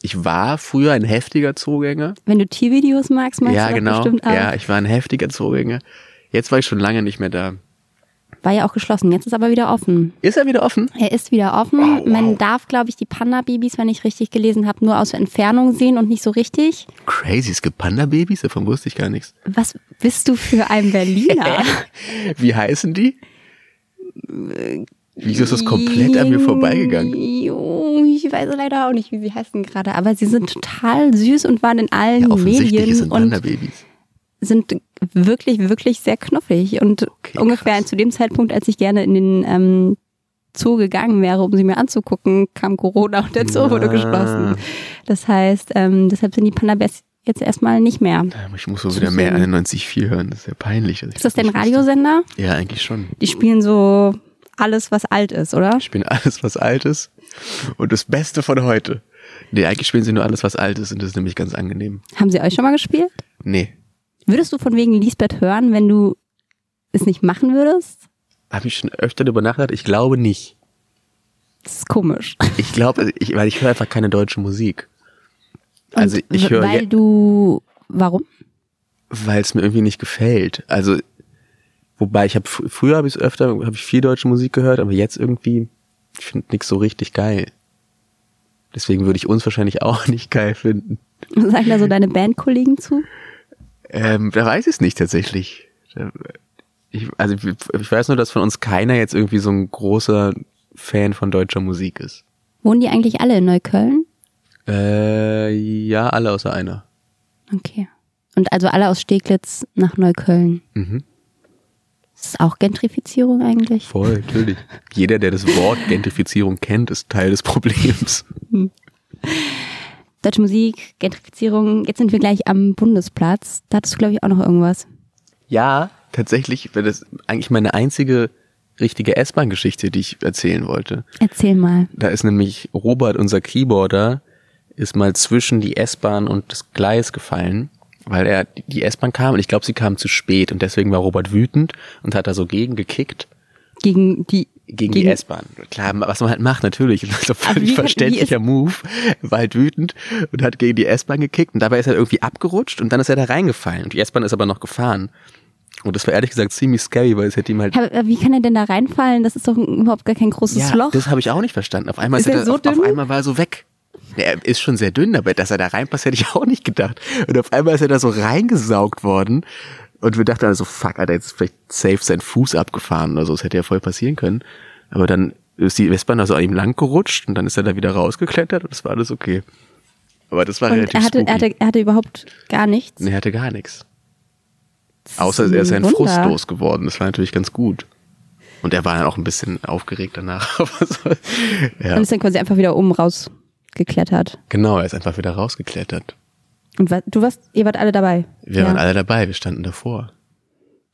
Speaker 3: Ich war früher ein heftiger Zugänger.
Speaker 1: Wenn du Tiervideos magst, magst
Speaker 3: ja,
Speaker 1: du das
Speaker 3: genau.
Speaker 1: bestimmt auch.
Speaker 3: Ja, ich war ein heftiger Zugänger. Jetzt war ich schon lange nicht mehr da.
Speaker 1: War ja auch geschlossen, jetzt ist aber wieder offen.
Speaker 3: Ist er wieder offen?
Speaker 1: Er ist wieder offen.
Speaker 3: Oh,
Speaker 1: Man darf, glaube ich, die Panda-Babys, wenn ich richtig gelesen habe, nur aus der Entfernung sehen und nicht so richtig.
Speaker 3: Crazy, es gibt Panda-Babys? Davon wusste ich gar nichts.
Speaker 1: Was bist du für ein Berliner?
Speaker 3: Wie heißen die? Wieso ist das komplett an mir vorbeigegangen?
Speaker 1: Jo, Ich weiß leider auch nicht, wie sie heißen gerade, aber sie sind total süß und waren in allen
Speaker 3: Ja, offensichtlich
Speaker 1: Medien
Speaker 3: sind
Speaker 1: und
Speaker 3: Panda-Babys.
Speaker 1: sind wirklich, wirklich sehr knuffig. Und
Speaker 3: Okay,
Speaker 1: ungefähr
Speaker 3: krass.
Speaker 1: zu dem Zeitpunkt, als ich gerne in den ähm, Zoo gegangen wäre, um sie mir anzugucken, kam Corona und der Zoo wurde
Speaker 3: Ah.
Speaker 1: geschlossen. Das heißt, ähm, deshalb sind die Panda-Bärs jetzt erstmal nicht mehr.
Speaker 3: Ähm, Ich muss so wieder mehr 91.4 hören, das ist ja peinlich. dass ich
Speaker 1: Ist das denn
Speaker 3: nicht wusste.
Speaker 1: Radiosender?
Speaker 3: Ja, eigentlich schon.
Speaker 1: Die spielen so alles, was alt ist, oder?
Speaker 3: Spielen alles, was alt ist und das Beste von heute. Nee, eigentlich spielen sie nur alles, was alt ist und das ist nämlich ganz angenehm.
Speaker 1: Haben sie euch schon mal gespielt?
Speaker 3: Nee,
Speaker 1: Würdest du von wegen Lisbeth hören, wenn du es nicht machen würdest?
Speaker 3: habe ich schon öfter darüber nachgedacht? Ich glaube nicht.
Speaker 1: Das ist komisch.
Speaker 3: Ich glaube, also ich, weil ich höre einfach keine deutsche Musik. Also
Speaker 1: Und
Speaker 3: ich
Speaker 1: w-
Speaker 3: höre,
Speaker 1: Weil
Speaker 3: weil
Speaker 1: du. Warum?
Speaker 3: es mir irgendwie nicht gefällt. Also wobei ich habe fr früher habe ich es öfter, habe ich viel deutsche Musik gehört, aber jetzt irgendwie ich finde nichts so richtig geil. Deswegen würde ich uns wahrscheinlich auch nicht geil finden.
Speaker 1: Sagen da so deine Bandkollegen zu?
Speaker 3: Ähm, da weiß ich es nicht tatsächlich. Da- Ich, also ich weiß nur, dass von uns keiner jetzt irgendwie so ein großer Fan von deutscher Musik ist.
Speaker 1: Wohnen die eigentlich alle in Neukölln?
Speaker 3: Äh, ja, alle außer einer.
Speaker 1: Okay. Und also alle aus Steglitz nach Neukölln.
Speaker 3: Mhm.
Speaker 1: Ist das auch Gentrifizierung eigentlich?
Speaker 3: Voll, natürlich. Jeder, der das Wort Gentrifizierung kennt, ist Teil des Problems.
Speaker 1: Deutsche Musik, Gentrifizierung. Jetzt sind wir gleich am Bundesplatz. Da hattest du, glaube ich, auch noch irgendwas.
Speaker 3: Ja, tatsächlich, weil das eigentlich meine einzige richtige S-Bahn-Geschichte, die ich erzählen wollte.
Speaker 1: Erzähl mal.
Speaker 3: Da ist nämlich Robert, unser Keyboarder, ist mal zwischen die S-Bahn und das Gleis gefallen, weil er die S-Bahn kam und ich glaube, sie kam zu spät und deswegen war Robert wütend und hat da so gegen gekickt
Speaker 1: Gegen die.
Speaker 3: gegen, die S-Bahn. Klar, was man halt macht, natürlich. Das ist doch
Speaker 1: Aber wie-
Speaker 3: völlig
Speaker 1: wie
Speaker 3: verständlicher
Speaker 1: ist-
Speaker 3: Move. War halt wütend und hat gegen die S-Bahn gekickt und dabei ist er halt irgendwie abgerutscht und dann ist er da reingefallen. Und die S-Bahn ist aber noch gefahren. Und das war ehrlich gesagt ziemlich scary, weil es hätte ihm halt
Speaker 1: Aber Wie kann er denn da reinfallen? Das ist doch überhaupt gar kein großes
Speaker 3: ja,
Speaker 1: Loch.
Speaker 3: Das habe ich auch nicht verstanden. Auf einmal,
Speaker 1: Ist
Speaker 3: ist er
Speaker 1: er
Speaker 3: da-
Speaker 1: so
Speaker 3: auf, auf
Speaker 1: dünn?
Speaker 3: einmal war er so weg. Ja, Er ist schon sehr dünn, aber dass er da reinpasst, hätte ich auch nicht gedacht. Und auf einmal ist er da so reingesaugt worden. Und wir dachten also, fuck, Alter, jetzt ist vielleicht safe sein Fuß abgefahren oder so. Das hätte ja voll passieren können. Aber dann ist die Westbahn also an ihm lang gerutscht und dann ist er da wieder rausgeklettert und das war alles okay. Aber das war
Speaker 1: Und
Speaker 3: relativ
Speaker 1: er hatte,
Speaker 3: spooky.
Speaker 1: er, hatte, er hatte überhaupt gar nichts.
Speaker 3: nee, er hatte gar nichts.
Speaker 1: Das ist
Speaker 3: Außer er ist
Speaker 1: ein
Speaker 3: ein
Speaker 1: Wunder.
Speaker 3: Frust losgeworden. Das war natürlich ganz gut. Und er war dann auch ein bisschen aufgeregt danach. Aber so, ja.
Speaker 1: Und ist dann quasi einfach wieder oben rausgeklettert.
Speaker 3: Genau, er ist einfach wieder rausgeklettert.
Speaker 1: Und wa- du warst, ihr wart alle dabei.
Speaker 3: Wir waren alle dabei, wir standen davor.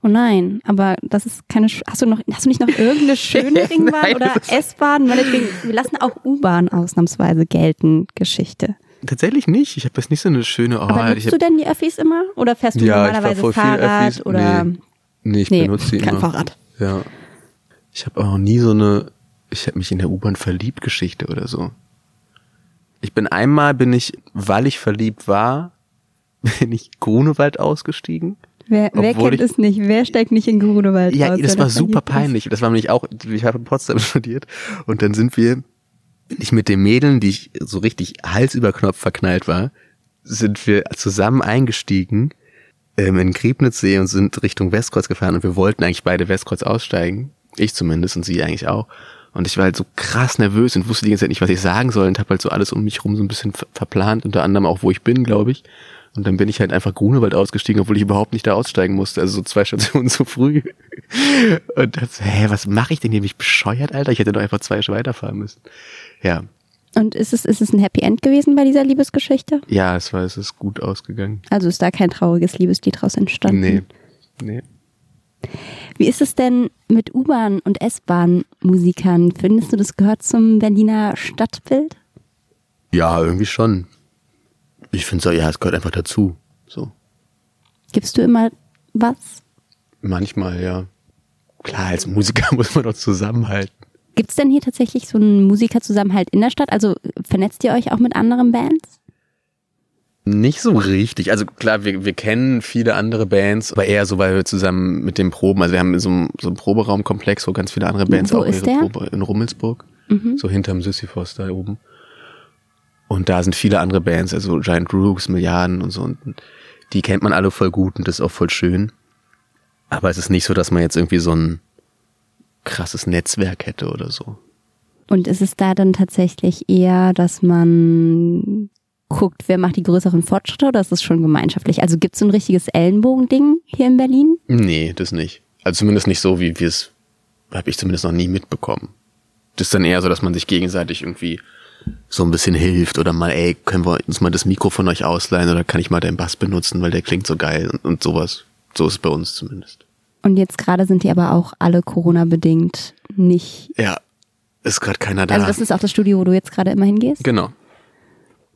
Speaker 1: Oh nein, aber das ist keine. Sch hast du noch? Hast du nicht noch irgendeine schöne Ringbahn
Speaker 3: Nein,
Speaker 1: oder
Speaker 3: das ist-
Speaker 1: S-Bahn? Meinetwegen, wir lassen auch U-Bahn ausnahmsweise gelten. Geschichte.
Speaker 3: tatsächlich nicht. Ich habe jetzt nicht so eine schöne. Oh,
Speaker 1: Aber nutzt
Speaker 3: ich
Speaker 1: du
Speaker 3: hab,
Speaker 1: denn die Öffis immer? Oder fährst du
Speaker 3: ja, ich fahr
Speaker 1: normalerweise
Speaker 3: voll viel
Speaker 1: Fahrrad?
Speaker 3: Öffis.
Speaker 1: oder
Speaker 3: nee, nee, ich
Speaker 1: Nee,
Speaker 3: benutze die
Speaker 1: kein
Speaker 3: immer.
Speaker 1: Fahrrad.
Speaker 3: Ja. Ich habe auch nie so eine. Ich habe mich in der U-Bahn verliebt Geschichte oder so. Ich bin einmal bin ich, weil ich verliebt war, bin ich Grunewald ausgestiegen.
Speaker 1: Wer, wer
Speaker 3: Obwohl
Speaker 1: kennt
Speaker 3: ich-
Speaker 1: es nicht? Wer steckt nicht in Grunewald?
Speaker 3: Ja,
Speaker 1: aus,
Speaker 3: das
Speaker 1: wenn er
Speaker 3: war super
Speaker 1: verliebt ist?
Speaker 3: peinlich. Das war nämlich auch, ich habe in Potsdam studiert und dann sind wir, bin ich mit den Mädeln, die ich so richtig Hals über Knopf verknallt war, sind wir zusammen eingestiegen ähm, in Griebnitzsee und sind Richtung Westkreuz gefahren und wir wollten eigentlich beide Westkreuz aussteigen. Ich zumindest und sie eigentlich auch. Und ich war halt so krass nervös und wusste die ganze Zeit nicht, was ich sagen soll und habe halt so alles um mich rum so ein bisschen ver verplant, unter anderem auch, wo ich bin, glaube ich. Und dann bin ich halt einfach Grunewald ausgestiegen, obwohl ich überhaupt nicht da aussteigen musste, also so zwei Stationen zu früh. Und dachte, so, hä, was mache ich denn hier? Bin ich bescheuert, Alter? Ich hätte doch einfach zwei weiterfahren müssen. Ja,
Speaker 1: Und ist es, ist es ein Happy End gewesen bei dieser Liebesgeschichte?
Speaker 3: ja, es war, es ist gut ausgegangen.
Speaker 1: Also ist da kein trauriges Liebeslied draus entstanden?
Speaker 3: Nee, nee.
Speaker 1: Wie ist es denn mit U-Bahn- und S-Bahn-Musikern? Findest du, das gehört zum Berliner Stadtbild?
Speaker 3: Ja, irgendwie schon. Ich finde so, ja, es gehört einfach dazu. So.
Speaker 1: Gibst du immer was?
Speaker 3: Manchmal, ja. Klar, als Musiker muss man doch zusammenhalten.
Speaker 1: Gibt es denn hier tatsächlich so einen Musikerzusammenhalt in der Stadt? Also vernetzt ihr euch auch mit anderen Bands?
Speaker 3: Nicht so richtig. Also klar, wir, wir kennen viele andere Bands, aber eher so, weil wir zusammen mit den Proben, also wir haben so, einen- so einen Proberaumkomplex, wo ganz viele andere Bands
Speaker 1: Wo
Speaker 3: auch
Speaker 1: ist
Speaker 3: ihre
Speaker 1: der? Mhm.
Speaker 3: Probe in Rummelsburg, so hinterm Sisyphos da oben. Und da sind viele andere Bands, also Giant Rooks, Milliarden und so. Und die kennt man alle voll gut und das ist auch voll schön. Aber es ist nicht so, dass man jetzt irgendwie so ein krasses Netzwerk hätte oder so.
Speaker 1: Und ist es da dann tatsächlich eher, dass man guckt, wer macht die größeren Fortschritte oder ist es schon gemeinschaftlich? Also gibt es so ein richtiges Ellenbogending hier in Berlin?
Speaker 3: Nee, das nicht. Also zumindest nicht so, wie wir es, habe ich zumindest noch nie mitbekommen. Das ist dann eher so, dass man sich gegenseitig irgendwie so ein bisschen hilft oder mal, ey, können wir uns mal das Mikro von euch ausleihen oder kann ich mal deinen Bass benutzen, weil der klingt so geil und, und sowas. So ist es bei uns zumindest.
Speaker 1: Und jetzt gerade sind die aber auch alle Corona-bedingt nicht.
Speaker 3: Ja, ist gerade keiner da.
Speaker 1: Also das ist auch das Studio, wo du jetzt gerade immer hingehst.
Speaker 3: genau.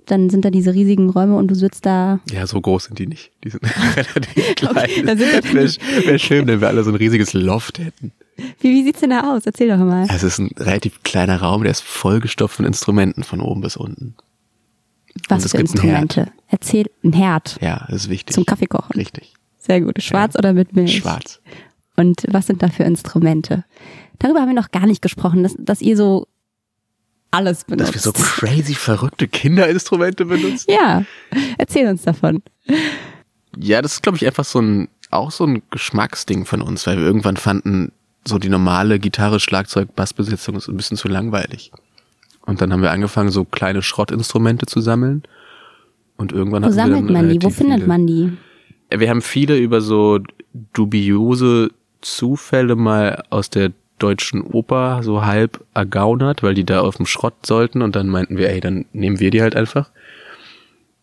Speaker 1: Dann sind da diese riesigen Räume und du sitzt da.
Speaker 3: Ja, so groß sind die nicht. Die sind relativ klein.
Speaker 1: dann sind wir-
Speaker 3: Wäre wär schön, wenn wir alle so ein riesiges Loft hätten.
Speaker 1: Wie, wie sieht's denn da aus? Erzähl doch mal.
Speaker 3: Es ist ein relativ kleiner Raum, der ist vollgestopft von Instrumenten von oben bis unten. und
Speaker 1: Was
Speaker 3: Also es
Speaker 1: für
Speaker 3: gibt einen Herd.
Speaker 1: Instrumente? Erzähl ein Herd
Speaker 3: Ja, das ist wichtig.
Speaker 1: zum Kaffee kochen.
Speaker 3: Richtig.
Speaker 1: Sehr gut. Schwarz oder mit Milch?
Speaker 3: Schwarz.
Speaker 1: Und was sind da für Instrumente? Darüber haben wir noch gar nicht gesprochen, dass, dass ihr so alles benutzt.
Speaker 3: Dass wir so crazy verrückte Kinderinstrumente benutzen.
Speaker 1: ja, erzähl uns davon.
Speaker 3: Ja, das ist, glaube ich, einfach so ein, auch so ein Geschmacksding von uns, weil wir irgendwann fanden, so die normale Gitarre, Schlagzeug, Bassbesetzung ist ein bisschen zu langweilig. Und dann haben wir angefangen, so kleine Schrottinstrumente zu sammeln. Und irgendwann
Speaker 1: Wo
Speaker 3: hatten wir
Speaker 1: sammelt
Speaker 3: dann
Speaker 1: man die? Wo
Speaker 3: relativ
Speaker 1: findet
Speaker 3: viele.
Speaker 1: man die?
Speaker 3: Wir haben viele über so dubiose Zufälle mal aus der deutschen Oper so halb ergaunert, weil die da auf dem Schrott sollten und dann meinten wir, ey, dann nehmen wir die halt einfach.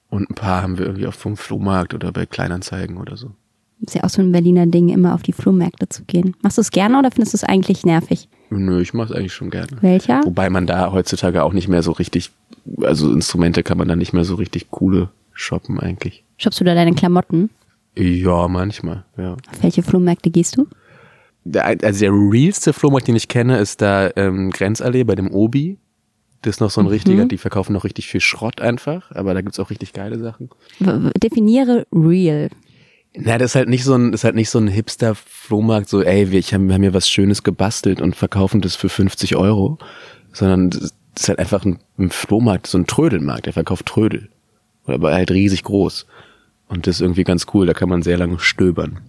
Speaker 3: Und ein paar haben wir irgendwie auf vom Flohmarkt oder bei Kleinanzeigen oder so.
Speaker 1: Ist ja auch so ein Berliner Ding, immer auf die Flohmärkte zu gehen. Machst du es gerne oder findest du es eigentlich nervig?
Speaker 3: Nö, ich mach's eigentlich schon gerne.
Speaker 1: Welcher?
Speaker 3: Wobei man da heutzutage auch nicht mehr so richtig, also Instrumente kann man da nicht mehr so richtig coole shoppen eigentlich.
Speaker 1: Shoppst du da deine Klamotten?
Speaker 3: Ja, manchmal, ja.
Speaker 1: Auf welche Flohmärkte gehst du?
Speaker 3: der, ein- also der realste Flohmarkt, den ich kenne, ist da ähm, Grenzallee bei dem Obi. Das ist noch so ein richtiger, die verkaufen noch richtig viel Schrott einfach, aber da gibt's auch richtig geile Sachen.
Speaker 1: W- w- Definiere real.
Speaker 3: Na, das ist halt nicht so ein, das ist halt nicht so ein Hipster-Flohmarkt, so, ey, wir, ich hab, wir haben hier was Schönes gebastelt und verkaufen das für 50 Euro, sondern das ist halt einfach ein, ein Flohmarkt, so ein Trödelmarkt, der verkauft Trödel. Aber halt riesig groß. Und das ist irgendwie ganz cool, da kann man sehr lange stöbern.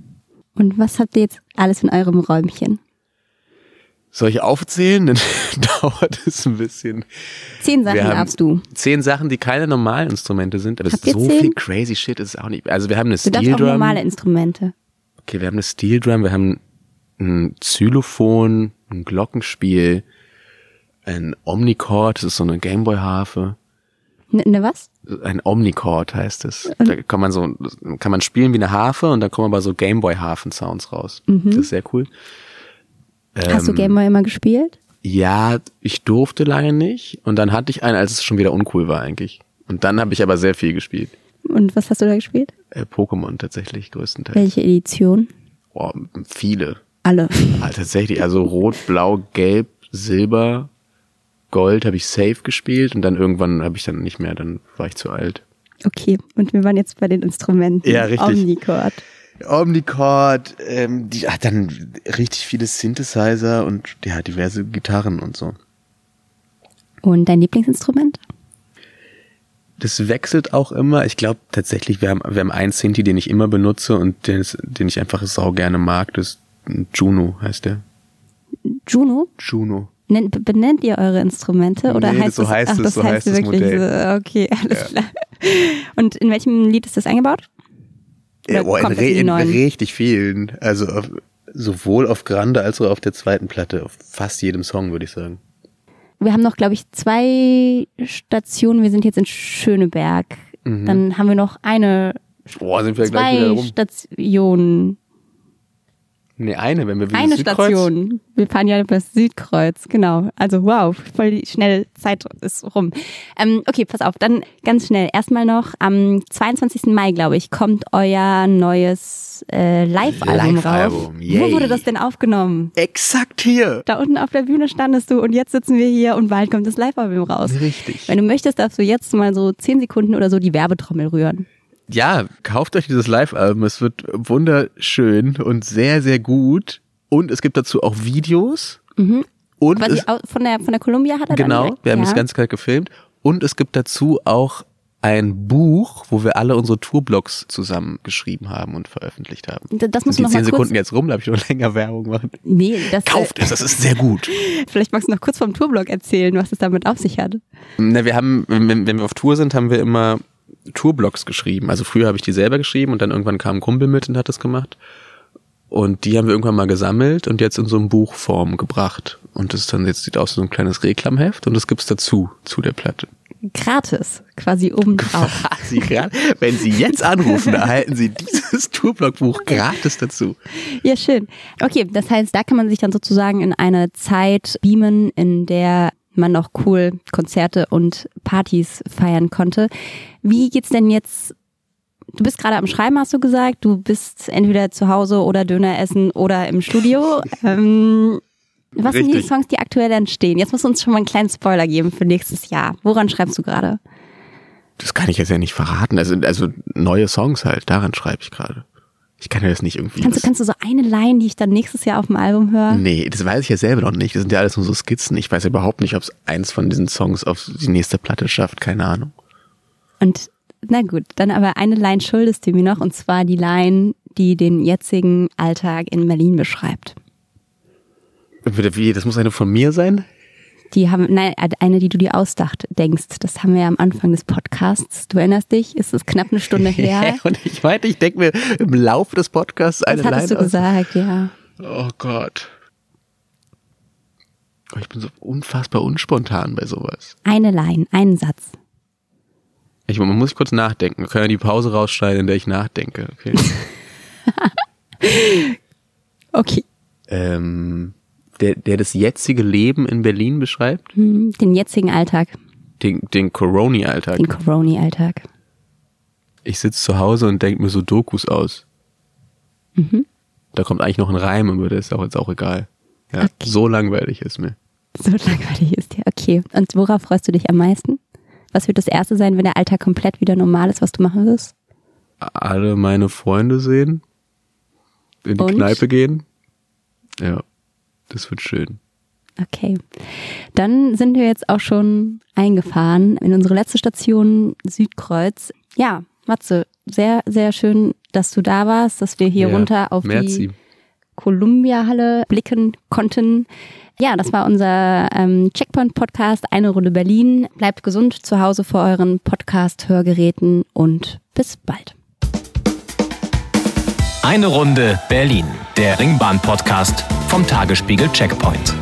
Speaker 1: Und was habt ihr jetzt alles in eurem Räumchen?
Speaker 3: Soll ich aufzählen? Dann dauert es ein bisschen.
Speaker 1: Zehn Sachen
Speaker 3: Wir haben
Speaker 1: darfst du.
Speaker 3: Zehn Sachen, die keine normalen Instrumente sind, aber es
Speaker 1: Habt
Speaker 3: ist
Speaker 1: ihr
Speaker 3: so
Speaker 1: zehn?
Speaker 3: viel crazy shit ist es auch nicht. Also wir haben eine
Speaker 1: Du darfst
Speaker 3: Steel
Speaker 1: auch
Speaker 3: Drum.
Speaker 1: normale Instrumente.
Speaker 3: Okay, wir haben eine Steel Drum, wir haben ein Xylophon, ein Glockenspiel, ein Omnichord, das ist so eine Gameboy Harfe.
Speaker 1: Ne, ne was?
Speaker 3: Ein Omnichord heißt es. Da kann man so kann man spielen wie eine Harfe und dann kommen aber so Gameboy Harfen Sounds raus. Das ist sehr cool.
Speaker 1: Mhm. Hast du
Speaker 3: Ähm.
Speaker 1: Gameboy immer gespielt?
Speaker 3: Ja, ich durfte lange nicht und dann hatte ich einen, als es schon wieder uncool war eigentlich. Und dann habe ich aber sehr viel gespielt.
Speaker 1: Und was hast du da gespielt?
Speaker 3: Äh, Pokémon tatsächlich größtenteils.
Speaker 1: Welche Edition?
Speaker 3: Boah, viele.
Speaker 1: Alle.
Speaker 3: Ah, tatsächlich, also rot, blau, gelb, silber, gold habe ich safe gespielt und dann irgendwann habe ich dann nicht mehr, dann war ich zu alt.
Speaker 1: Okay, und wir waren jetzt bei den Instrumenten.
Speaker 3: Ja, richtig.
Speaker 1: Omnicord.
Speaker 3: Omnicord, ähm, die, ach, dann richtig viele Synthesizer und ja, diverse Gitarren und so.
Speaker 1: Und dein Lieblingsinstrument?
Speaker 3: Das wechselt auch immer. Ich glaube tatsächlich, wir haben, wir haben einen Sinti, den ich immer benutze und den, ist- den ich einfach sau gerne mag. Das ist Juno heißt der.
Speaker 1: Juno?
Speaker 3: Juno.
Speaker 1: Nennt, benennt ihr eure Instrumente oder
Speaker 3: Nee,
Speaker 1: heißt
Speaker 3: so
Speaker 1: es,
Speaker 3: heißt
Speaker 1: ach,
Speaker 3: es,
Speaker 1: das
Speaker 3: so
Speaker 1: heißt
Speaker 3: heißt das
Speaker 1: wirklich
Speaker 3: Modell.
Speaker 1: so, okay, alles klar. Und in welchem Lied ist das eingebaut?
Speaker 3: Ja,
Speaker 1: Oder
Speaker 3: boah, in,
Speaker 1: kommt das in
Speaker 3: re
Speaker 1: die
Speaker 3: in
Speaker 1: neuen?
Speaker 3: richtig vielen. Also auf, sowohl auf Grande als auch auf der zweiten Platte. Auf fast jedem Song, würde ich sagen.
Speaker 1: Wir haben noch, glaube ich, zwei Stationen. Wir sind jetzt in Schöneberg. Dann haben wir noch eine,
Speaker 3: Boah, sind wir Mhm. gleich wieder
Speaker 1: zwei
Speaker 3: rum.
Speaker 1: Stationen.
Speaker 3: Nee, eine, wenn wir wieder
Speaker 1: Eine
Speaker 3: Südkreuz-
Speaker 1: Station. Wir fahren ja bis Südkreuz, genau. Also wow, voll die- schnell, Zeit ist rum. Ähm, okay, pass auf, dann ganz schnell. Erstmal noch, am 22. Mai, glaube ich, kommt euer neues äh, Live-Album raus.
Speaker 3: Live-Album, yay.
Speaker 1: Wo wurde das denn aufgenommen?
Speaker 3: Exakt hier.
Speaker 1: Da unten auf der Bühne standest du und jetzt sitzen wir hier und bald kommt das Live-Album raus.
Speaker 3: Richtig.
Speaker 1: Wenn du möchtest, darfst du jetzt mal so 10 Sekunden oder so die Werbetrommel rühren.
Speaker 3: Ja, kauft euch dieses Live-Album. Es wird wunderschön und sehr, sehr gut. Und es gibt dazu auch Videos.
Speaker 1: Mhm.
Speaker 3: Und
Speaker 1: Quasi
Speaker 3: es,
Speaker 1: au- von der, von der Columbia hat er dann
Speaker 3: genau,
Speaker 1: direkt-
Speaker 3: wir haben
Speaker 1: ja.
Speaker 3: das ganze Zeit gefilmt. Und es gibt dazu auch ein Buch, wo wir alle unsere Tourblogs zusammengeschrieben haben und veröffentlicht haben.
Speaker 1: D- das muss
Speaker 3: Sind
Speaker 1: man noch
Speaker 3: die
Speaker 1: mal
Speaker 3: zehn Sekunden
Speaker 1: kurz-
Speaker 3: jetzt rum, darf ich noch länger Werbung machen.
Speaker 1: Nee, das äh,
Speaker 3: Kauft es, das ist sehr gut.
Speaker 1: Vielleicht magst du noch kurz vom Tourblog erzählen, was es damit auf sich hat.
Speaker 3: Na, wir haben, wenn, wenn wir auf Tour sind, haben wir immer Tourblogs geschrieben. Also früher habe ich die selber geschrieben und dann irgendwann kam ein Kumpel mit und hat das gemacht. Und die haben wir irgendwann mal gesammelt und jetzt in so einem Buchform gebracht. Und das ist dann jetzt sieht aus wie so ein kleines Reklamheft und das gibt's dazu, zu der Platte.
Speaker 1: Gratis, quasi oben drauf.
Speaker 3: Sie gra- wenn Sie jetzt anrufen, erhalten Sie dieses Tourblockbuch gratis dazu.
Speaker 1: Ja, schön. Okay, das heißt, da kann man sich dann sozusagen in eine Zeit beamen, in der man noch cool Konzerte und Partys feiern konnte. Wie geht's denn jetzt? Du bist gerade am Schreiben, hast du gesagt. Du bist entweder zu Hause oder Döner essen oder im Studio. ähm, was sind die
Speaker 3: Richtig.
Speaker 1: Songs, die aktuell entstehen? Jetzt musst du uns schon mal einen kleinen Spoiler geben für nächstes Jahr. Woran schreibst du gerade?
Speaker 3: Das kann ich jetzt ja nicht verraten. Also, also neue Songs halt, daran schreibe ich gerade. Ich kann ja das nicht irgendwie.
Speaker 1: Kannst du, kannst du so eine Line, die ich dann nächstes Jahr auf dem Album höre?
Speaker 3: Nee, das weiß ich ja selber noch nicht. Das sind ja alles nur so Skizzen. Ich weiß ja überhaupt nicht, ob es eins von diesen Songs auf die nächste Platte schafft. Keine Ahnung.
Speaker 1: Und na gut, dann aber eine Line schuldest du mir noch, und zwar die Line, die den jetzigen Alltag in Berlin beschreibt.
Speaker 3: Wie, das muss eine von mir sein?
Speaker 1: Die haben, nein, eine, die du dir ausdacht denkst. Das haben wir ja am Anfang des Podcasts. Du erinnerst dich? Ist es ist knapp eine Stunde her?
Speaker 3: Und ich meinte, ich denke mir im Laufe des Podcasts eine
Speaker 1: Das hattest du
Speaker 3: Line
Speaker 1: gesagt, ja.
Speaker 3: aus. Oh Gott. Oh, Ich bin so unfassbar unspontan bei sowas.
Speaker 1: Eine Line, einen Satz.
Speaker 3: Ich, man muss kurz nachdenken. Wir können ja die Pause rausschneiden, in der ich nachdenke. Okay.
Speaker 1: Okay.
Speaker 3: ähm, der, der das jetzige Leben in Berlin beschreibt?
Speaker 1: Hm, Den jetzigen Alltag,
Speaker 3: Den, den Corona-Alltag.
Speaker 1: den Corona-Alltag.
Speaker 3: ich sitze zu Hause und denke mir so Dokus aus. Mhm. Da kommt eigentlich noch ein Reim, aber das ist auch jetzt auch egal. Ja,
Speaker 1: Okay.
Speaker 3: So langweilig ist mir.
Speaker 1: So langweilig ist dir. Okay. Und worauf freust du dich am meisten? Was wird das Erste sein, wenn der Alltag komplett wieder normal ist, was du machen wirst?
Speaker 3: Alle meine Freunde sehen, in die
Speaker 1: Und?
Speaker 3: Kneipe gehen. Ja, das wird schön.
Speaker 1: Okay. Dann sind wir jetzt auch schon eingefahren in unsere letzte Station Südkreuz. Ja, Matze, sehr, sehr schön, dass du da warst, dass wir hier
Speaker 3: ja,
Speaker 1: runter auf
Speaker 3: Merci.
Speaker 1: die Columbia-Halle blicken konnten. Ja, das war unser ähm, Checkpoint-Podcast, eine Runde Berlin. Bleibt gesund zu Hause vor euren Podcast-Hörgeräten und bis bald.
Speaker 2: Eine Runde Berlin. Der Ringbahn-Podcast vom Tagesspiegel Checkpoint.